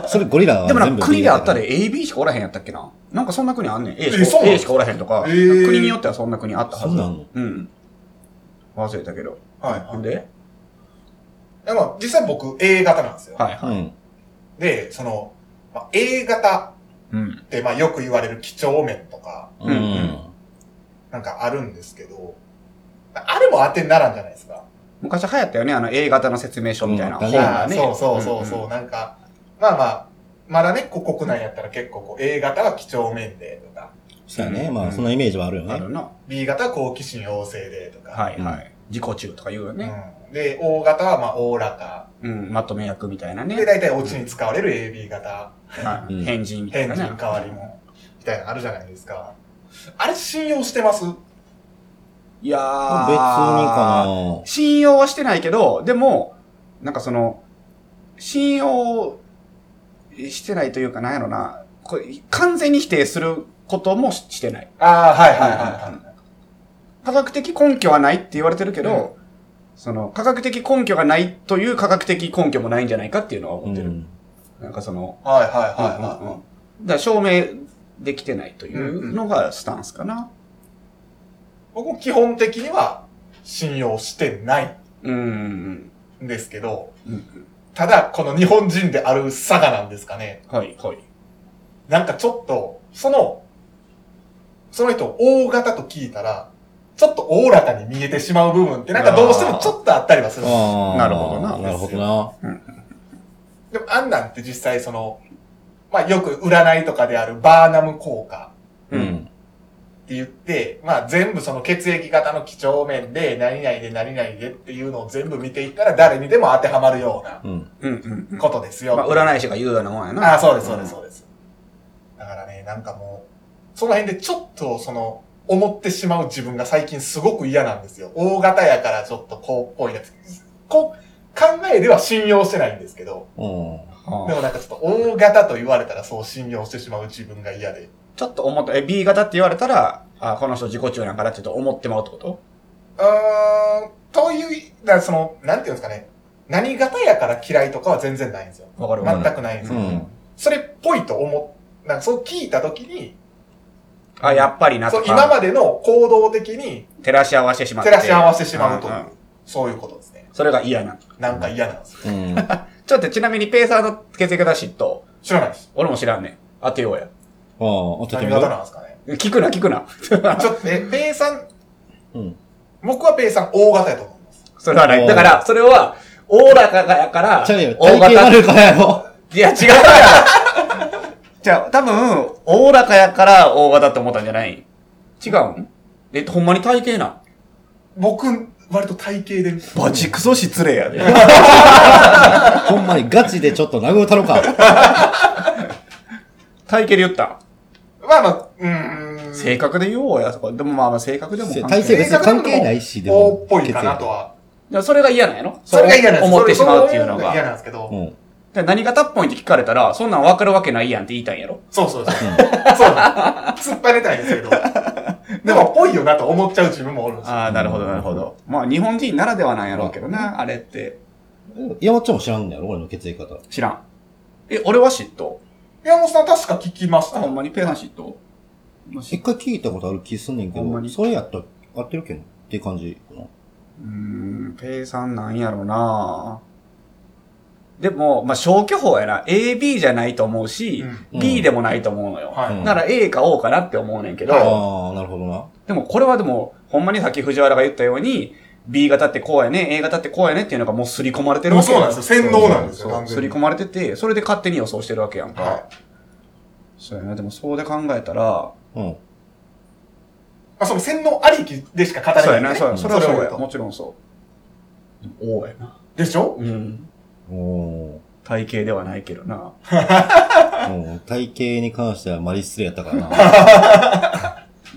Speaker 1: それゴリラは
Speaker 3: でもなん
Speaker 1: 全部
Speaker 3: か国であった
Speaker 1: で。
Speaker 3: で AB しかおらへんやったっけななんかそんな国あんねん。A
Speaker 2: え
Speaker 3: し
Speaker 2: そう
Speaker 3: か
Speaker 2: なの
Speaker 3: A しかおらへんとか、
Speaker 2: えー
Speaker 3: 国によってはそんな国あったは
Speaker 1: そう
Speaker 3: ず
Speaker 1: なの
Speaker 3: うん。忘れたけど。
Speaker 2: はい
Speaker 3: ほん
Speaker 2: は
Speaker 3: で
Speaker 2: い。でも、実際僕、A 型なんですよ。
Speaker 3: はいは
Speaker 1: う
Speaker 3: い。
Speaker 1: ん。
Speaker 2: で、その、まあ A 型
Speaker 3: うん
Speaker 2: っ。て、まあ、よく言われる几帳面とか、
Speaker 1: う
Speaker 3: うん
Speaker 1: ん。
Speaker 2: なんかあるんですけど、あれも当てにならんじゃないですか。
Speaker 3: 昔流行ったよね、あの A 型の説明書みたいな
Speaker 1: うん
Speaker 3: 本
Speaker 1: そう
Speaker 2: あ
Speaker 3: が
Speaker 2: あ
Speaker 3: ね。
Speaker 2: そうそうそうそう、
Speaker 3: んん。
Speaker 2: なんか、まあまあ、まだね、こう国内やったら結構こう A 型は几帳面でとか、
Speaker 1: そうやね。
Speaker 3: うん
Speaker 1: まあ、そのイメージはあるよ
Speaker 3: あ
Speaker 1: ね
Speaker 3: る。な。
Speaker 2: B 型は好奇心旺盛でとか、
Speaker 3: はいはい。自己中とか言うよね。
Speaker 2: うん、で、O 型はまあおおらか。
Speaker 3: うん。まとめ役みたいなね
Speaker 2: で、。大体オチに使われる AB 型、
Speaker 3: は
Speaker 1: うん
Speaker 3: い。変人みたい
Speaker 2: 変
Speaker 3: な
Speaker 2: 人
Speaker 3: ね。
Speaker 2: 変わりも、みたいなのあるじゃないですか。あれ信用してます
Speaker 3: い
Speaker 1: 別に
Speaker 3: やー。
Speaker 1: か
Speaker 3: 信用はしてないけど、でも、なんかその、信用してないというか、なんやろな、これ完全に否定することもししてない。
Speaker 2: ああ、はい
Speaker 3: はいはい科学的根拠はないって言われてるけど、その、科学的根拠がないという科学的根拠もないんじゃないかっていうのは
Speaker 1: な。う
Speaker 3: 思ってる。
Speaker 1: ん。
Speaker 3: なんかその、
Speaker 2: はいはいはい
Speaker 3: うんうんう
Speaker 2: は
Speaker 3: んだから証明できてないというのがスタンスかな。
Speaker 2: い。僕も基本的には信用してない
Speaker 3: うんう
Speaker 2: ん
Speaker 3: ん
Speaker 2: ですけど、
Speaker 3: うん。うん
Speaker 2: ただ、この日本人である差がなんですかね。
Speaker 3: うんはい、はい。
Speaker 2: なんかちょっと、その、その人を大型と聞いたら、ちょっとおおらかに見えてしまう部分ってなんかどうしてもちょっとあったりはするんですよ
Speaker 1: ああ。
Speaker 3: なるほどな
Speaker 1: なるほどな。
Speaker 2: でもあんなんって実際その、まあよく占いとかであるバーナム効果
Speaker 1: う
Speaker 3: うんん。
Speaker 2: って言って、まあ全部その血液型の几帳面で何々で何々でっていうのを全部見ていったら誰にでも当てはまるような
Speaker 1: うん。
Speaker 3: うんうんうん。
Speaker 2: ことですよ。
Speaker 3: まあ、占い師が言うようなもんやな。
Speaker 2: ああ、そうです、そうです、そうです。だからね、なんかもう、その辺でちょっと、その、思ってしまう自分が最近すごく嫌なんですよ。大型やからちょっとこうっぽいやつ。こう、考えでは信用してないんですけど、
Speaker 1: うん。
Speaker 2: でもなんかちょっと大型と言われたらそう信用してしまう自分が嫌で。
Speaker 4: ちょっと思った、え、B 型って言われたら、あ、この人自己中なんかなってちょっと思ってまうってこと
Speaker 2: うーん、という、だからその、なんていうんですかね。何型やから嫌いとかは全然ないんですよ。
Speaker 4: わかるわかる。
Speaker 2: 全くないんですよ。
Speaker 1: うん
Speaker 2: それっぽいと思う、なんかそう聞いたときに、
Speaker 4: あ、やっぱりな
Speaker 2: そ
Speaker 4: と
Speaker 2: う今
Speaker 4: か、
Speaker 2: までの行動的に
Speaker 4: 照らし合わせてしまって。
Speaker 2: 照らし合わせてしまうとい
Speaker 4: ん
Speaker 2: う、そういうことですね。
Speaker 4: それが嫌な。
Speaker 2: なんか嫌なんですよ。
Speaker 1: うん。
Speaker 4: ちょっとちなみにペーサーの血液型嫉妬。
Speaker 2: 知らないです。
Speaker 4: 俺も知らんねん。当てようや。
Speaker 1: ああ、当てて
Speaker 2: 何
Speaker 1: みよ
Speaker 2: 型な
Speaker 1: うん
Speaker 2: ですか ね。
Speaker 4: 聞くな、聞くな。
Speaker 2: ちょっと、え、ペイさん、
Speaker 1: うん。
Speaker 2: 僕はペイさん大型やと思います。
Speaker 4: それはな
Speaker 1: お
Speaker 4: い。
Speaker 1: ー
Speaker 4: だから、それは、おおらかやから、
Speaker 1: ちゃうよ、
Speaker 4: 大
Speaker 1: 体型
Speaker 4: 型。
Speaker 1: 悪いからやろ。
Speaker 4: いや、違うやん じゃあ、多分、おおらかやから大型って思ったんじゃない違うんえ、ほんまに体型な。
Speaker 2: 僕、割と体型で、
Speaker 4: バチクソ失礼やで。
Speaker 1: ほんまにガチでちょっと殴るたろか。
Speaker 4: 体型で言った。
Speaker 2: まあまあ、うーん。
Speaker 4: 性格で言おうや、そこ。でもまあまあ、性格でも関係ない
Speaker 1: 体勢別に関係ないし、で
Speaker 2: 大
Speaker 1: も
Speaker 2: っ。ぽいかなとは。
Speaker 4: だからそれが嫌なんやろ
Speaker 2: それが嫌なんです
Speaker 4: 思ってしまうっていうの
Speaker 2: それそれが嫌
Speaker 4: が。
Speaker 2: なんですけど
Speaker 1: う。ん。
Speaker 4: で何型っぽいって聞かれたら、そんなん分かるわけないやんって言いたいんやろ
Speaker 2: そうそうそう。そうなんです突っ張れたいんですけど。でも、ぽいよなと思っちゃう自分もおるんですよ。
Speaker 4: ああ、なるほど、なるほど。まあ、日本人ならではなんやろうけどな、あれって。
Speaker 1: 山ちゃんも知らんのやろ俺の血液型。
Speaker 4: 知らん。え、俺は嫉妬
Speaker 2: 山本さん確か聞きまし
Speaker 5: あ
Speaker 2: た。
Speaker 5: ほんまにペーナ嫉妬
Speaker 1: 一回聞いたことある気すんねんけ
Speaker 5: ほんまに
Speaker 1: ど、それやったら合ってるけどっていう感じかな。
Speaker 4: うーん、ペイさんなんやろなでも、まあ、消去法やな。A、B じゃないと思うし、
Speaker 1: うん
Speaker 4: B でもないと思うのよ。
Speaker 2: はい。
Speaker 1: うん
Speaker 4: なら A か O かなって思うねんけど、
Speaker 1: ああ、なるほどな。
Speaker 4: でもこれはでも、ほんまにさっき藤原が言ったように、B 型ってこうやね、A 型ってこうやねっていうのがもう刷り込まれ
Speaker 2: で
Speaker 4: てる
Speaker 2: も
Speaker 4: わけ
Speaker 2: そうなんですよ。洗脳なんですよ、
Speaker 4: そう、
Speaker 2: 完
Speaker 4: 刷
Speaker 2: 全
Speaker 4: り
Speaker 2: に
Speaker 4: 込。まれてて、それで勝手に予想してるわけやんか。
Speaker 2: はい。
Speaker 4: そうやな、でもそうで考えたら、
Speaker 1: うん。
Speaker 2: まあ、その洗脳ありきでしか語れない。
Speaker 4: そうやな、そうや、
Speaker 1: うん
Speaker 4: それはそうや。
Speaker 2: と
Speaker 4: もちろんそう。でも O やな。
Speaker 2: でしょ
Speaker 4: うん。
Speaker 1: お
Speaker 4: 体型ではないけどな。
Speaker 1: ーうん体型に関してはマリ失礼やったから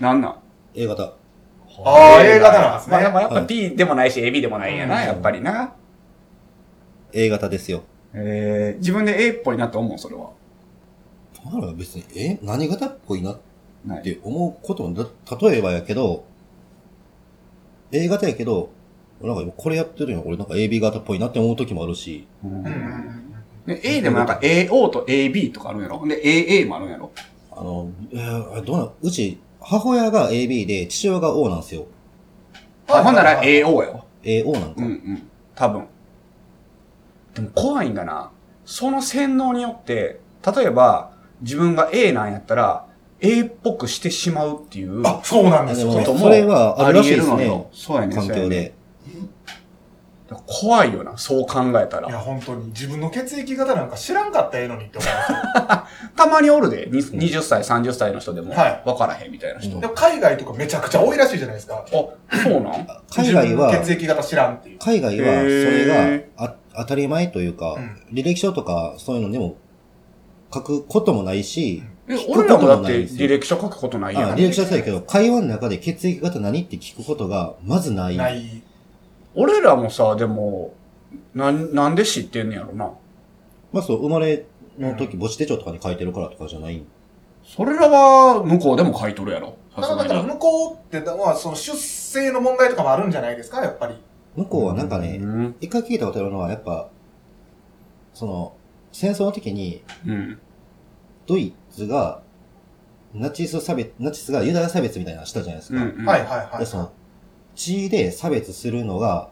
Speaker 1: な。
Speaker 4: なんなん
Speaker 1: A 型。
Speaker 2: ああ、A 型なんです
Speaker 4: まあ、
Speaker 2: ね。
Speaker 4: まあやっぱ
Speaker 1: はい
Speaker 4: B でもないし、AB でもないんや
Speaker 2: う
Speaker 4: な、
Speaker 2: ん
Speaker 4: やっぱりな。
Speaker 1: A 型ですよ。
Speaker 4: えー、自分で A っぽいなと思う、それは。
Speaker 1: なんだろう別に、え何型っぽいなっ
Speaker 4: ない。
Speaker 1: て思うこともだ、例えばやけど、A 型やけど、なんか今これやってるよ。俺なんか AB 型っぽいなって思う時もあるし。
Speaker 4: うん
Speaker 2: うんうんうん
Speaker 4: で A でもなんか AO と AB とかあるんやろで、AA もあるんやろ
Speaker 1: あの、えー、あれどうな、うち、母親が AB で、父親が O なんですよ。
Speaker 4: あ、ほんなら
Speaker 2: はい
Speaker 4: AO やわ。
Speaker 1: AO なんか。
Speaker 4: うんうん。多分。でも怖いんだな。その洗脳によって、例えば、自分が A なんやったら、A っぽくしてしまうっていう。
Speaker 2: あ、そうなんですよ。
Speaker 1: でも
Speaker 2: そ
Speaker 1: ね
Speaker 2: う
Speaker 1: それはあるらしいですね
Speaker 4: あり得るのよそうやね。
Speaker 1: 環
Speaker 4: そう
Speaker 1: 境
Speaker 4: やね
Speaker 1: で。
Speaker 4: 怖いよな、そう考えた
Speaker 2: いや、
Speaker 4: ら。
Speaker 2: 本当に。自分の血液型なんか知らんかったらええのにって思いますよ
Speaker 4: たまにおるで、に20歳、30歳の人でも、
Speaker 2: はい
Speaker 4: わからへんみたいな人。
Speaker 1: うん
Speaker 2: でも海外とかめちゃくちゃ多いらしいじゃないですか。
Speaker 4: あ、そうな
Speaker 1: 海
Speaker 4: ん
Speaker 1: 外は
Speaker 2: 自分の、血液型知らんっていう。
Speaker 1: 海外は、それがあ当たり前というか、
Speaker 2: うん
Speaker 1: 履歴書とかそういうのでも書くこともないし、
Speaker 4: え、
Speaker 1: 聞
Speaker 4: 俺
Speaker 1: く
Speaker 4: ら
Speaker 1: こと
Speaker 4: もだ
Speaker 1: も
Speaker 4: っ
Speaker 1: ない
Speaker 4: て
Speaker 1: んですよ
Speaker 4: 履歴書書くことないや
Speaker 1: あ
Speaker 4: ん。
Speaker 1: 履歴書はそうやけど、会話の中で血液型何って聞くことがまずない。
Speaker 2: ない。
Speaker 4: 俺らもさ、でも、なん、なんで知ってんねやろな。
Speaker 1: まあそう、生まれの時、母子手帳とかに書いてるからとかじゃない。
Speaker 4: それらは、向こうでも書いとるやろ。
Speaker 2: た
Speaker 4: さす
Speaker 2: だ
Speaker 4: が
Speaker 2: だから
Speaker 4: に。
Speaker 2: 向こうって、まあ、その出生の問題とかもあるんじゃないですか、やっぱり。
Speaker 1: 向こうはなんかね、
Speaker 4: うん。
Speaker 1: 一回聞いたことあるのは、やっぱ、その、戦争の時に、
Speaker 4: うん。
Speaker 1: ドイツが、ナチス差別、ナチスがユダヤ差別みたいなのしたじゃないです
Speaker 4: う
Speaker 1: か。
Speaker 4: ん。
Speaker 2: はい
Speaker 4: い。
Speaker 2: はいはい。
Speaker 1: で、その、地で差別するのが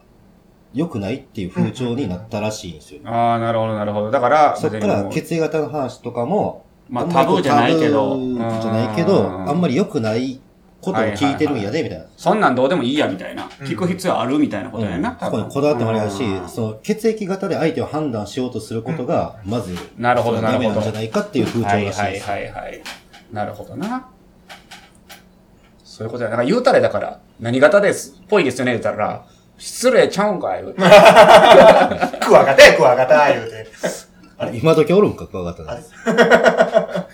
Speaker 1: 良くないっていう風潮になったらしいんですよ。
Speaker 4: ああ、なるほど、なるほど。だから、
Speaker 1: そっか
Speaker 4: 別に
Speaker 1: ら
Speaker 4: もう
Speaker 1: 血液型の話とかも、
Speaker 5: まあ
Speaker 1: んま
Speaker 5: タ
Speaker 1: り
Speaker 5: ブ
Speaker 1: こ
Speaker 5: ー
Speaker 1: う
Speaker 5: じゃないけ
Speaker 1: タブ
Speaker 5: ど、
Speaker 1: ーじゃないけど、あんまり良くないことを聞いてるんやで、みたいな。
Speaker 5: そんなんどうでもいいやみたいな。
Speaker 2: うん
Speaker 5: 聞く必要あるみたいなことや
Speaker 1: うん
Speaker 5: な。
Speaker 1: そこにこだわってもらえるし
Speaker 5: う、ん
Speaker 1: その血液型で相手を判断しようとすることが、まず、
Speaker 4: なるほど、な
Speaker 1: ダ
Speaker 4: る
Speaker 1: メ
Speaker 4: ほ
Speaker 1: な
Speaker 4: ど。
Speaker 1: んじゃないかっていう風潮
Speaker 4: はい
Speaker 1: らしい
Speaker 4: は
Speaker 1: で
Speaker 4: い
Speaker 1: す。
Speaker 4: はいはい。なるほどな。そういうことや。だから言うたれだから、何型ですっぽいですよね、言うたら、失礼ちゃうんかい。言うて
Speaker 2: クワガタやクワガタ、言うて。
Speaker 1: 今時おるんか、クワガタ
Speaker 2: あ
Speaker 1: が
Speaker 2: れ。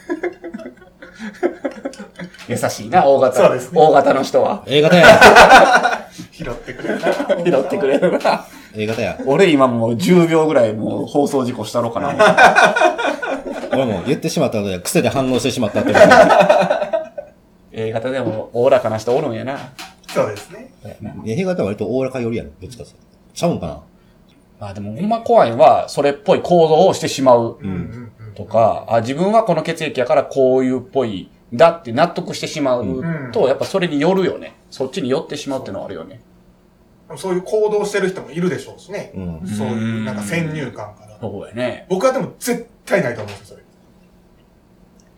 Speaker 4: 優しいな、大型。
Speaker 2: そうですね
Speaker 4: 大型の人は。
Speaker 1: A 型や。
Speaker 2: 拾ってくれるな。
Speaker 4: 拾ってくれるな。
Speaker 1: A 型や。
Speaker 4: 俺今もう10秒ぐらいもう放送事故したろうかな。
Speaker 1: 俺も言ってしまったので、癖で反応してしまったって こと
Speaker 4: え A 型でもおおらかな人おるんやな。
Speaker 2: そうですね。
Speaker 1: で。A 型は割とおおらか寄りやろ。どっちかさ。ちゃうんかな
Speaker 4: まあでもほんま怖いのは、それっぽい行動をしてしまう
Speaker 2: うんうんうん。
Speaker 4: とか、あ、自分はこの血液やからこういうっぽいんだって納得してしまうと、やっぱそれによるよね。そっちによってしまうっていうのはあるよね。
Speaker 2: そういう行動してる人もいるでしょうしね。
Speaker 1: うん。
Speaker 2: そういう、なんか先入観から。
Speaker 4: そうやね。
Speaker 2: 僕はでも絶対ないと思うんですよ、それ。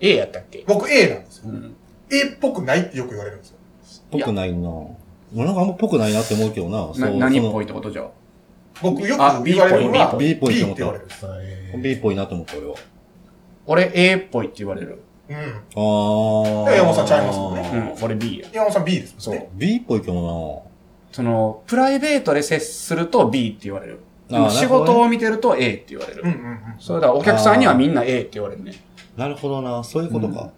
Speaker 4: A やったっけ
Speaker 2: 僕 A なんですよ。
Speaker 4: うん
Speaker 2: A っぽくないってよく言われるんですよ。
Speaker 1: ぽくないな俺なんかあんまぽくないなって思うけどな。
Speaker 4: な
Speaker 1: そう
Speaker 4: 何っ
Speaker 1: その
Speaker 4: ぽいってことじゃん
Speaker 2: 僕よ
Speaker 4: あ
Speaker 2: く言われるのは
Speaker 1: B
Speaker 2: B
Speaker 1: っ
Speaker 2: っ
Speaker 1: ぽ
Speaker 2: ぽ
Speaker 1: い
Speaker 2: い
Speaker 1: と
Speaker 2: っ
Speaker 1: 思
Speaker 2: て
Speaker 1: った
Speaker 2: 言われるんですよ。
Speaker 1: B っぽいなと思った俺は。
Speaker 4: 俺 A っぽいって言われる。
Speaker 2: うん。
Speaker 1: あー。
Speaker 2: 山本さんちゃいますもんね
Speaker 4: うん、俺 B や。
Speaker 2: 山本さん B ですもんね。
Speaker 1: B っぽいけど
Speaker 4: その、プライベートで接すると B って言われる。で
Speaker 1: なあー
Speaker 4: も仕事を見てると A って言われ
Speaker 2: うん
Speaker 4: る。
Speaker 2: うんうん。
Speaker 4: そうだ、お客さんにはみんな A って言われるね。
Speaker 1: なるほどな。そういうことか。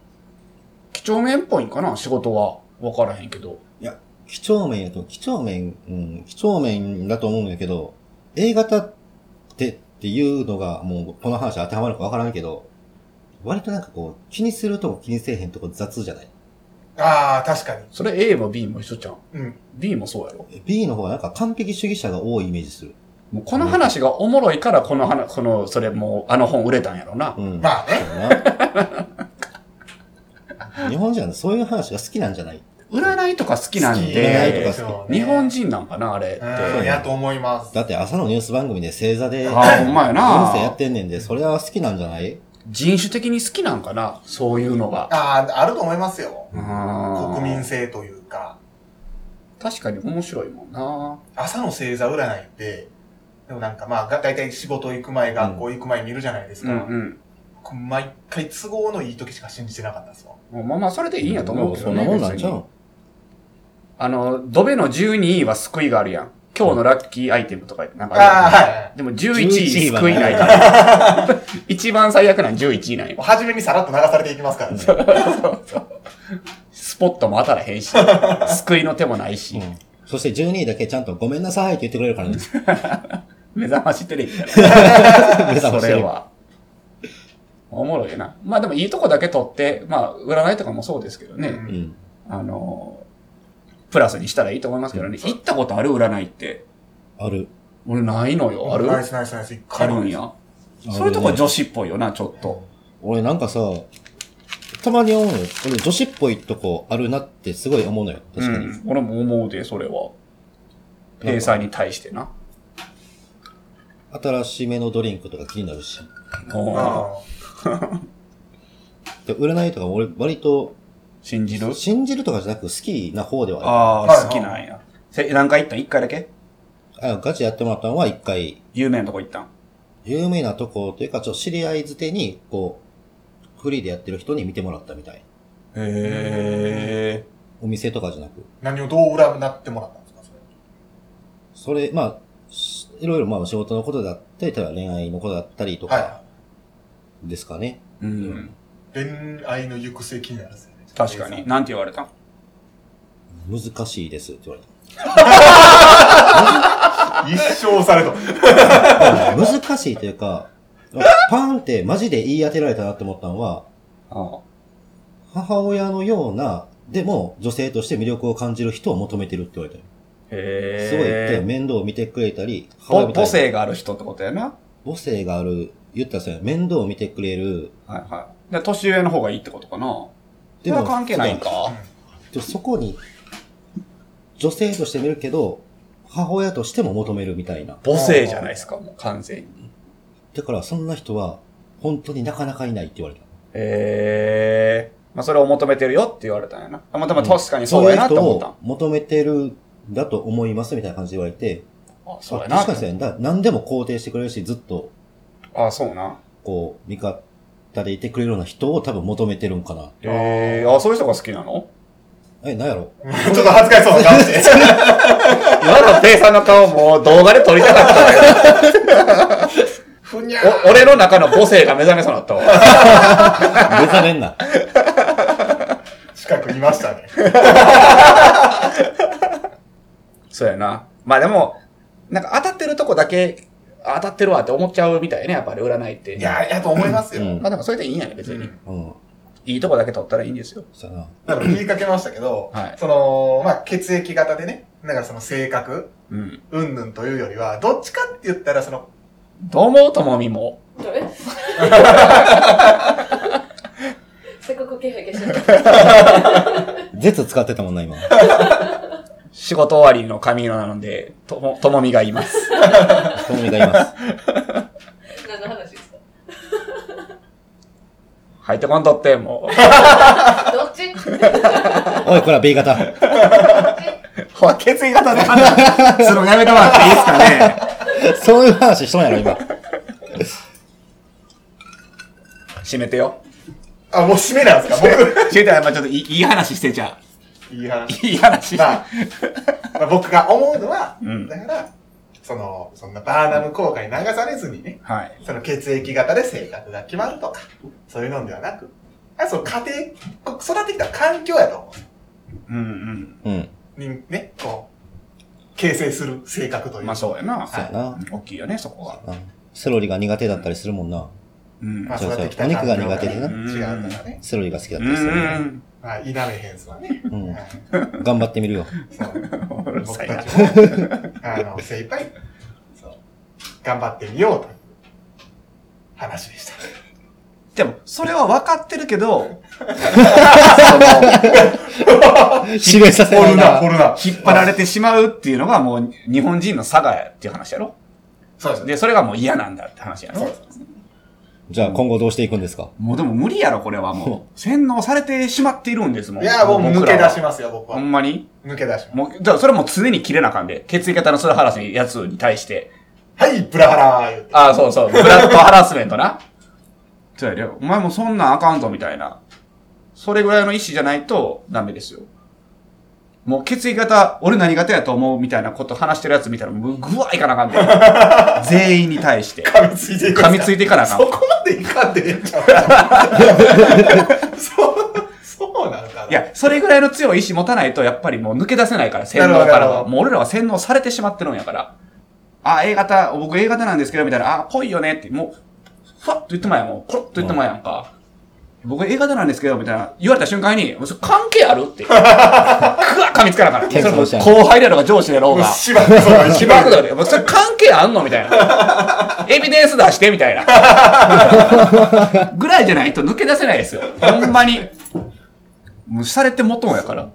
Speaker 4: 几帳面っぽいんかな仕事は。わからへんけど。
Speaker 1: 几帳面やと、几帳面、うん、几帳面だと思うんやけど、A 型ってっていうのが、もうこの話当てはまるかわからんけど、割となんかこう、気にするとこ気にせえへんとこ雑じゃない
Speaker 2: ああ、確かに。
Speaker 4: それ A も B も一緒じゃん。
Speaker 2: うん。
Speaker 4: B もそうやろ。
Speaker 1: ?B の方がなんか完璧主義者が多いイメージする。
Speaker 4: もうこの話がおもろいから、この話、この、それもう、あの本売れたんやろな
Speaker 1: う。ん。
Speaker 2: まあね
Speaker 1: そうな日本人はそういう話が好きなんじゃない
Speaker 4: 占いとか好きなん
Speaker 1: 占いと
Speaker 4: で、
Speaker 1: か
Speaker 4: 日本
Speaker 2: 人
Speaker 4: 人なんかな、あれ
Speaker 2: うん、
Speaker 4: っ
Speaker 2: やと思います。
Speaker 1: だって朝のニュース番組で星座で、
Speaker 4: て。ああ、ほんまや
Speaker 1: 人生や
Speaker 4: な
Speaker 1: っ。てんねんで、それは好きなんじゃない
Speaker 4: 人種的に好きなんかな、そういうのが。
Speaker 2: ああ、あると思いますよ。
Speaker 4: 国
Speaker 2: 国民性というか。
Speaker 4: 確かに面白いもんな。
Speaker 2: 朝の星座占いって、でもなんかまあ、が大体仕事行く前、学校行く前見るじゃないですか。
Speaker 4: ん
Speaker 2: 僕毎回都合のいい時しか信じてなかったんですよ。
Speaker 4: うん。まあまあ、それでいいんやと思うけ
Speaker 1: そ
Speaker 4: ど
Speaker 1: ん
Speaker 4: ね。
Speaker 1: なもんなんちゃ
Speaker 4: 別に
Speaker 1: う
Speaker 4: あの、ドベの12位は救いがあるやん。今日のラッキーアイテムとか、なんかあるやん
Speaker 2: ああ、はい。
Speaker 4: でも11位
Speaker 1: 11位は
Speaker 4: 救いないから一番最悪なん11位なんよ。
Speaker 2: 初めにさらっと流されていきますから ね。
Speaker 4: スポットも当たら へんし、救いの手もないし、
Speaker 1: うん。そして12位だけちゃんとごめんなさいって言ってくれるからね。
Speaker 4: 目覚ましテレビ や
Speaker 1: 目覚ま
Speaker 4: な、
Speaker 1: し
Speaker 4: そ
Speaker 1: テレ
Speaker 4: れ
Speaker 1: ビ
Speaker 4: は。おもろいな。まあでもいいとこだけ取って、まあ占いとかもそうですけどね、
Speaker 2: うん
Speaker 1: うん。
Speaker 4: あの、プラスにしたらいいと思いますけどね、行ったことある占いって。
Speaker 1: ある。
Speaker 4: 俺ないのよ。ある
Speaker 2: ナイスナイスナイス。一
Speaker 4: あ
Speaker 2: 回
Speaker 4: る
Speaker 2: も
Speaker 4: んや。そういうとこ女子っぽいよな、ちょっと。
Speaker 1: 俺なんかさ、たまに思うのよ。俺女子っぽいとこあるなってすごい思うのよ。確かに。
Speaker 4: うん、俺も思うで、それは。閉鎖に対してな。
Speaker 1: 新しめのドリンクとか気になるし。
Speaker 4: うん
Speaker 2: あ
Speaker 1: で占いとかも俺割と
Speaker 4: 信じる
Speaker 1: 信じるとかじゃなく好きな方ではあ
Speaker 4: あ
Speaker 2: はい
Speaker 4: あ、好きなんや。せ何回行ったん ?1 回だけ
Speaker 1: る。あガチやってもらったのは一回、
Speaker 4: 有名なとこ行ったん
Speaker 1: 有名なとこというか、ちょっと知り合いづてに、こう、フリーでやってる人に見てもらったみたい。
Speaker 4: へえ。
Speaker 1: お店とかじゃなく。
Speaker 2: ー何をどう占ってもらったんですかそれ
Speaker 1: それ、まあ、しいろいろまあ仕事のことだったり、例えば恋愛のことだったりとか
Speaker 2: は
Speaker 1: ですかね。
Speaker 4: うん。
Speaker 2: い。恋愛の行く末気になるんですよね。
Speaker 4: 確かに。。なんて言われたん
Speaker 1: 難しいですって言われた。
Speaker 2: 一生されと。
Speaker 1: 難しいというか、パーンってマジで言い当てられたなって思ったのは、
Speaker 4: あ
Speaker 1: 母親のような、でも女性として魅力を感じる人を求めてるって言われたよ。
Speaker 4: へ
Speaker 1: すごいって
Speaker 4: え。
Speaker 1: 面倒を見てくれたり、母親
Speaker 4: ぼ
Speaker 1: みたい
Speaker 4: 母
Speaker 1: な
Speaker 4: 性がある人ってことやな。
Speaker 1: 母性がある、言ったらさ、面倒を見てくれる、
Speaker 4: はいはい。で、年上の方がいいってことかな。
Speaker 1: で
Speaker 4: で
Speaker 1: も
Speaker 4: も関係ないんか。
Speaker 1: でそこに、女性として見るけど、母親としても求めるみたいな。
Speaker 4: 母性じゃないですか、もう完全に。
Speaker 1: だからそんな人は、本当になかなかいないって言われた。
Speaker 4: へえ。まあ、それを求めてるよって言われたんやな。あまあ、でも確かに
Speaker 1: そ
Speaker 4: そ
Speaker 1: ううい
Speaker 4: や
Speaker 1: う
Speaker 4: なって
Speaker 1: 人
Speaker 4: 思ったん
Speaker 1: を。求めてるんだと思いますみたいな感じで言われて、
Speaker 4: あ、そうや
Speaker 1: あ
Speaker 4: な
Speaker 1: 確。かにそうやな。何でも肯定してくれるし、ずっと、
Speaker 4: あ、そうな。
Speaker 1: こう、味方でいてくれるような人を多分求めてるんかな。
Speaker 4: へえ。あ、そういう人が好きなの
Speaker 1: え、なんや ろ
Speaker 2: うんちょっと恥ずかしそうな顔して。
Speaker 4: 今のペイさんの顔もう動画で撮りたかった わよ。
Speaker 2: ふにゃ
Speaker 4: お俺の中の母性が目覚めそうになったわ。
Speaker 1: 目覚めんな。
Speaker 2: し近くいましたね。
Speaker 4: そうやな。まあでも、なんか当たってるとこだけ、あ当たってるわって思っちゃうみたいね、やっぱり占いって。
Speaker 2: いや、やと思います
Speaker 1: う
Speaker 2: よ。
Speaker 1: ん。
Speaker 4: まあでもそれでいいんやね、別に。
Speaker 1: うん。
Speaker 4: いいとこだけ取ったらいいんですよ。
Speaker 1: そうやな。
Speaker 2: なんか言いかけましたけど、
Speaker 4: はい
Speaker 2: その、まあ、血液型でね、なんかその性格、
Speaker 4: うん。
Speaker 2: うんぬんというよりは、どっちかって言ったら、その、
Speaker 4: どう思うともみも。
Speaker 6: どれ せっかく気配消してる
Speaker 1: 絶使ってたもんな、今。
Speaker 4: 仕事終わりの髪色なので、とも、ともみがいます。
Speaker 1: ともみがいます。
Speaker 6: 何の 話です
Speaker 4: 入ってこんとって、も
Speaker 6: かどっち
Speaker 1: おい、これは B 型。
Speaker 4: う。ほら、血液型で 話するのやめたわっていいですかね。
Speaker 1: そういう話しとんやろ、今。
Speaker 4: 閉めてよ。
Speaker 2: あ、もう締めなんですか 僕。
Speaker 3: ちょっと、まあちょっといいいい話してじゃ
Speaker 2: いい話。
Speaker 3: あ。いい話。
Speaker 2: まあ、まあ僕が思うのは、
Speaker 4: ん
Speaker 2: だから、その、そんなバーナム効果に流されずにね、
Speaker 4: はい。
Speaker 2: その血液型で性格が決まるとか、そういうのではなく、あその家庭、こ育ってきた環境やと思
Speaker 4: うん
Speaker 1: うん。
Speaker 2: う。にね、こう、形成する性格と
Speaker 4: う。
Speaker 2: いうんか。
Speaker 4: まあそうやな。
Speaker 1: そうやな。
Speaker 4: 大きいよね、そこは。
Speaker 1: あセロリが苦手だったりするもんな。
Speaker 4: うん
Speaker 2: ま。あ
Speaker 1: そうそう
Speaker 2: 育ってきた
Speaker 1: お肉が
Speaker 2: 環境
Speaker 1: 苦手でな
Speaker 2: 違うからね。
Speaker 1: セロリが好きだっ
Speaker 3: う
Speaker 1: たりするもんな。
Speaker 3: ん。
Speaker 2: まあ、否めへんすわね。
Speaker 1: うん
Speaker 2: はい
Speaker 1: 頑張ってみるよ。
Speaker 4: うる
Speaker 2: 僕
Speaker 4: さい
Speaker 2: た
Speaker 4: な
Speaker 2: ち。も、あの、精一杯、そう、頑張ってみようという 話でした。
Speaker 4: でも、それは分かってるけ ど、
Speaker 1: 指名させないな。
Speaker 2: 掘るな。
Speaker 4: 引っ張られてしまうっていうのがもう日本人の差がやっていう話やろ
Speaker 2: そうですね。
Speaker 4: で、それがもう嫌なんだって話や
Speaker 2: そう
Speaker 4: ろ
Speaker 2: です
Speaker 1: じゃあ今後どうしていくんですか
Speaker 4: もうでも無理やろ、これはもう。洗脳されてしまっているんですもん。
Speaker 2: いや、もう抜け出し
Speaker 4: ま
Speaker 2: ますよ、僕
Speaker 4: ほ
Speaker 2: は。
Speaker 4: んまに
Speaker 2: 抜け出します。
Speaker 4: もう、だからそれはもう常に切れなあかんで。血液型のそれハラスのやつに対して。
Speaker 2: はい、ブラハラー言って。
Speaker 4: ああ、そうそう。ブラッドハラスメントな。そうやで、お前もそんなんあかんぞ、みたいな。それぐらいの意思じゃないとダメですよ。もう血液型、俺何型やと思うみたいなこと話してるやつ見たら、もうぐわいかなあかん で。全員に対して。
Speaker 2: 噛みついていく。
Speaker 4: 噛みついていかなあかん
Speaker 2: そ。こまでいかんでええんちゃうそう、そうなんかな。
Speaker 4: い、や、それぐらいの強い意志持たないと、やっぱりもう抜け出せないから、洗脳
Speaker 2: な
Speaker 4: か
Speaker 2: る
Speaker 4: ら
Speaker 2: ほどなる
Speaker 4: は。
Speaker 2: ほど
Speaker 4: もう俺らは洗脳されてしまってるんやから。あ、A 型、僕 A 型なんですけど、みたいな、あ、ぽいよねって、もう、ふわっと言ってまえやん、もう、コロッと言ってまえやんか。僕 A 型なんですけど、みたいな、言われた瞬間に、もうそれ関係あるって。くわ噛みつかなあから。そ
Speaker 1: テン
Speaker 4: れ
Speaker 1: ショ
Speaker 4: も
Speaker 1: ン
Speaker 4: う
Speaker 1: しちゃう
Speaker 4: 後輩だろうが上司だろう
Speaker 2: もう
Speaker 4: が。
Speaker 2: しばらくそうだ、
Speaker 4: 起
Speaker 2: しばら
Speaker 4: 爆
Speaker 2: く。
Speaker 4: だよ。もうそれ関係あんのみたいな。エビデンス出してみたいな。ぐらいじゃないと抜け出せないですよ。ほんまに。もうされてもともやから。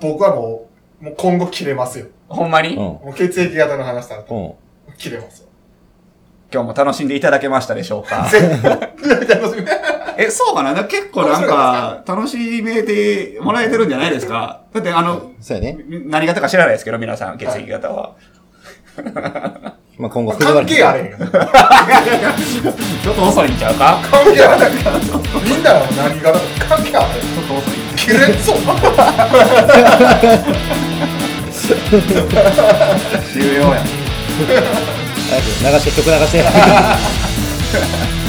Speaker 2: 僕はもう、もう今後切れますよ。
Speaker 4: ほんまに、
Speaker 1: う
Speaker 4: 今
Speaker 1: ん。
Speaker 2: もう血液型の話したら
Speaker 1: うん。
Speaker 2: 切れますよ。
Speaker 4: 日も楽しんでいただけましたでしょうか
Speaker 2: 楽しみ。
Speaker 3: え、そうかなだ結構なんか、楽しめてもらえてるんじゃないですかだってあの、
Speaker 1: そうやね。
Speaker 4: 何型か知らないですけど、皆さん、血液型は。
Speaker 1: まあ今後
Speaker 2: 関係あれへ んよ。
Speaker 4: ちょっと遅いんちゃうか
Speaker 2: 関係あれへんよ。みんなの何が関係あれへん。ちょっと遅い。切れそう。
Speaker 3: 終了や。
Speaker 1: 早く流して、曲流して。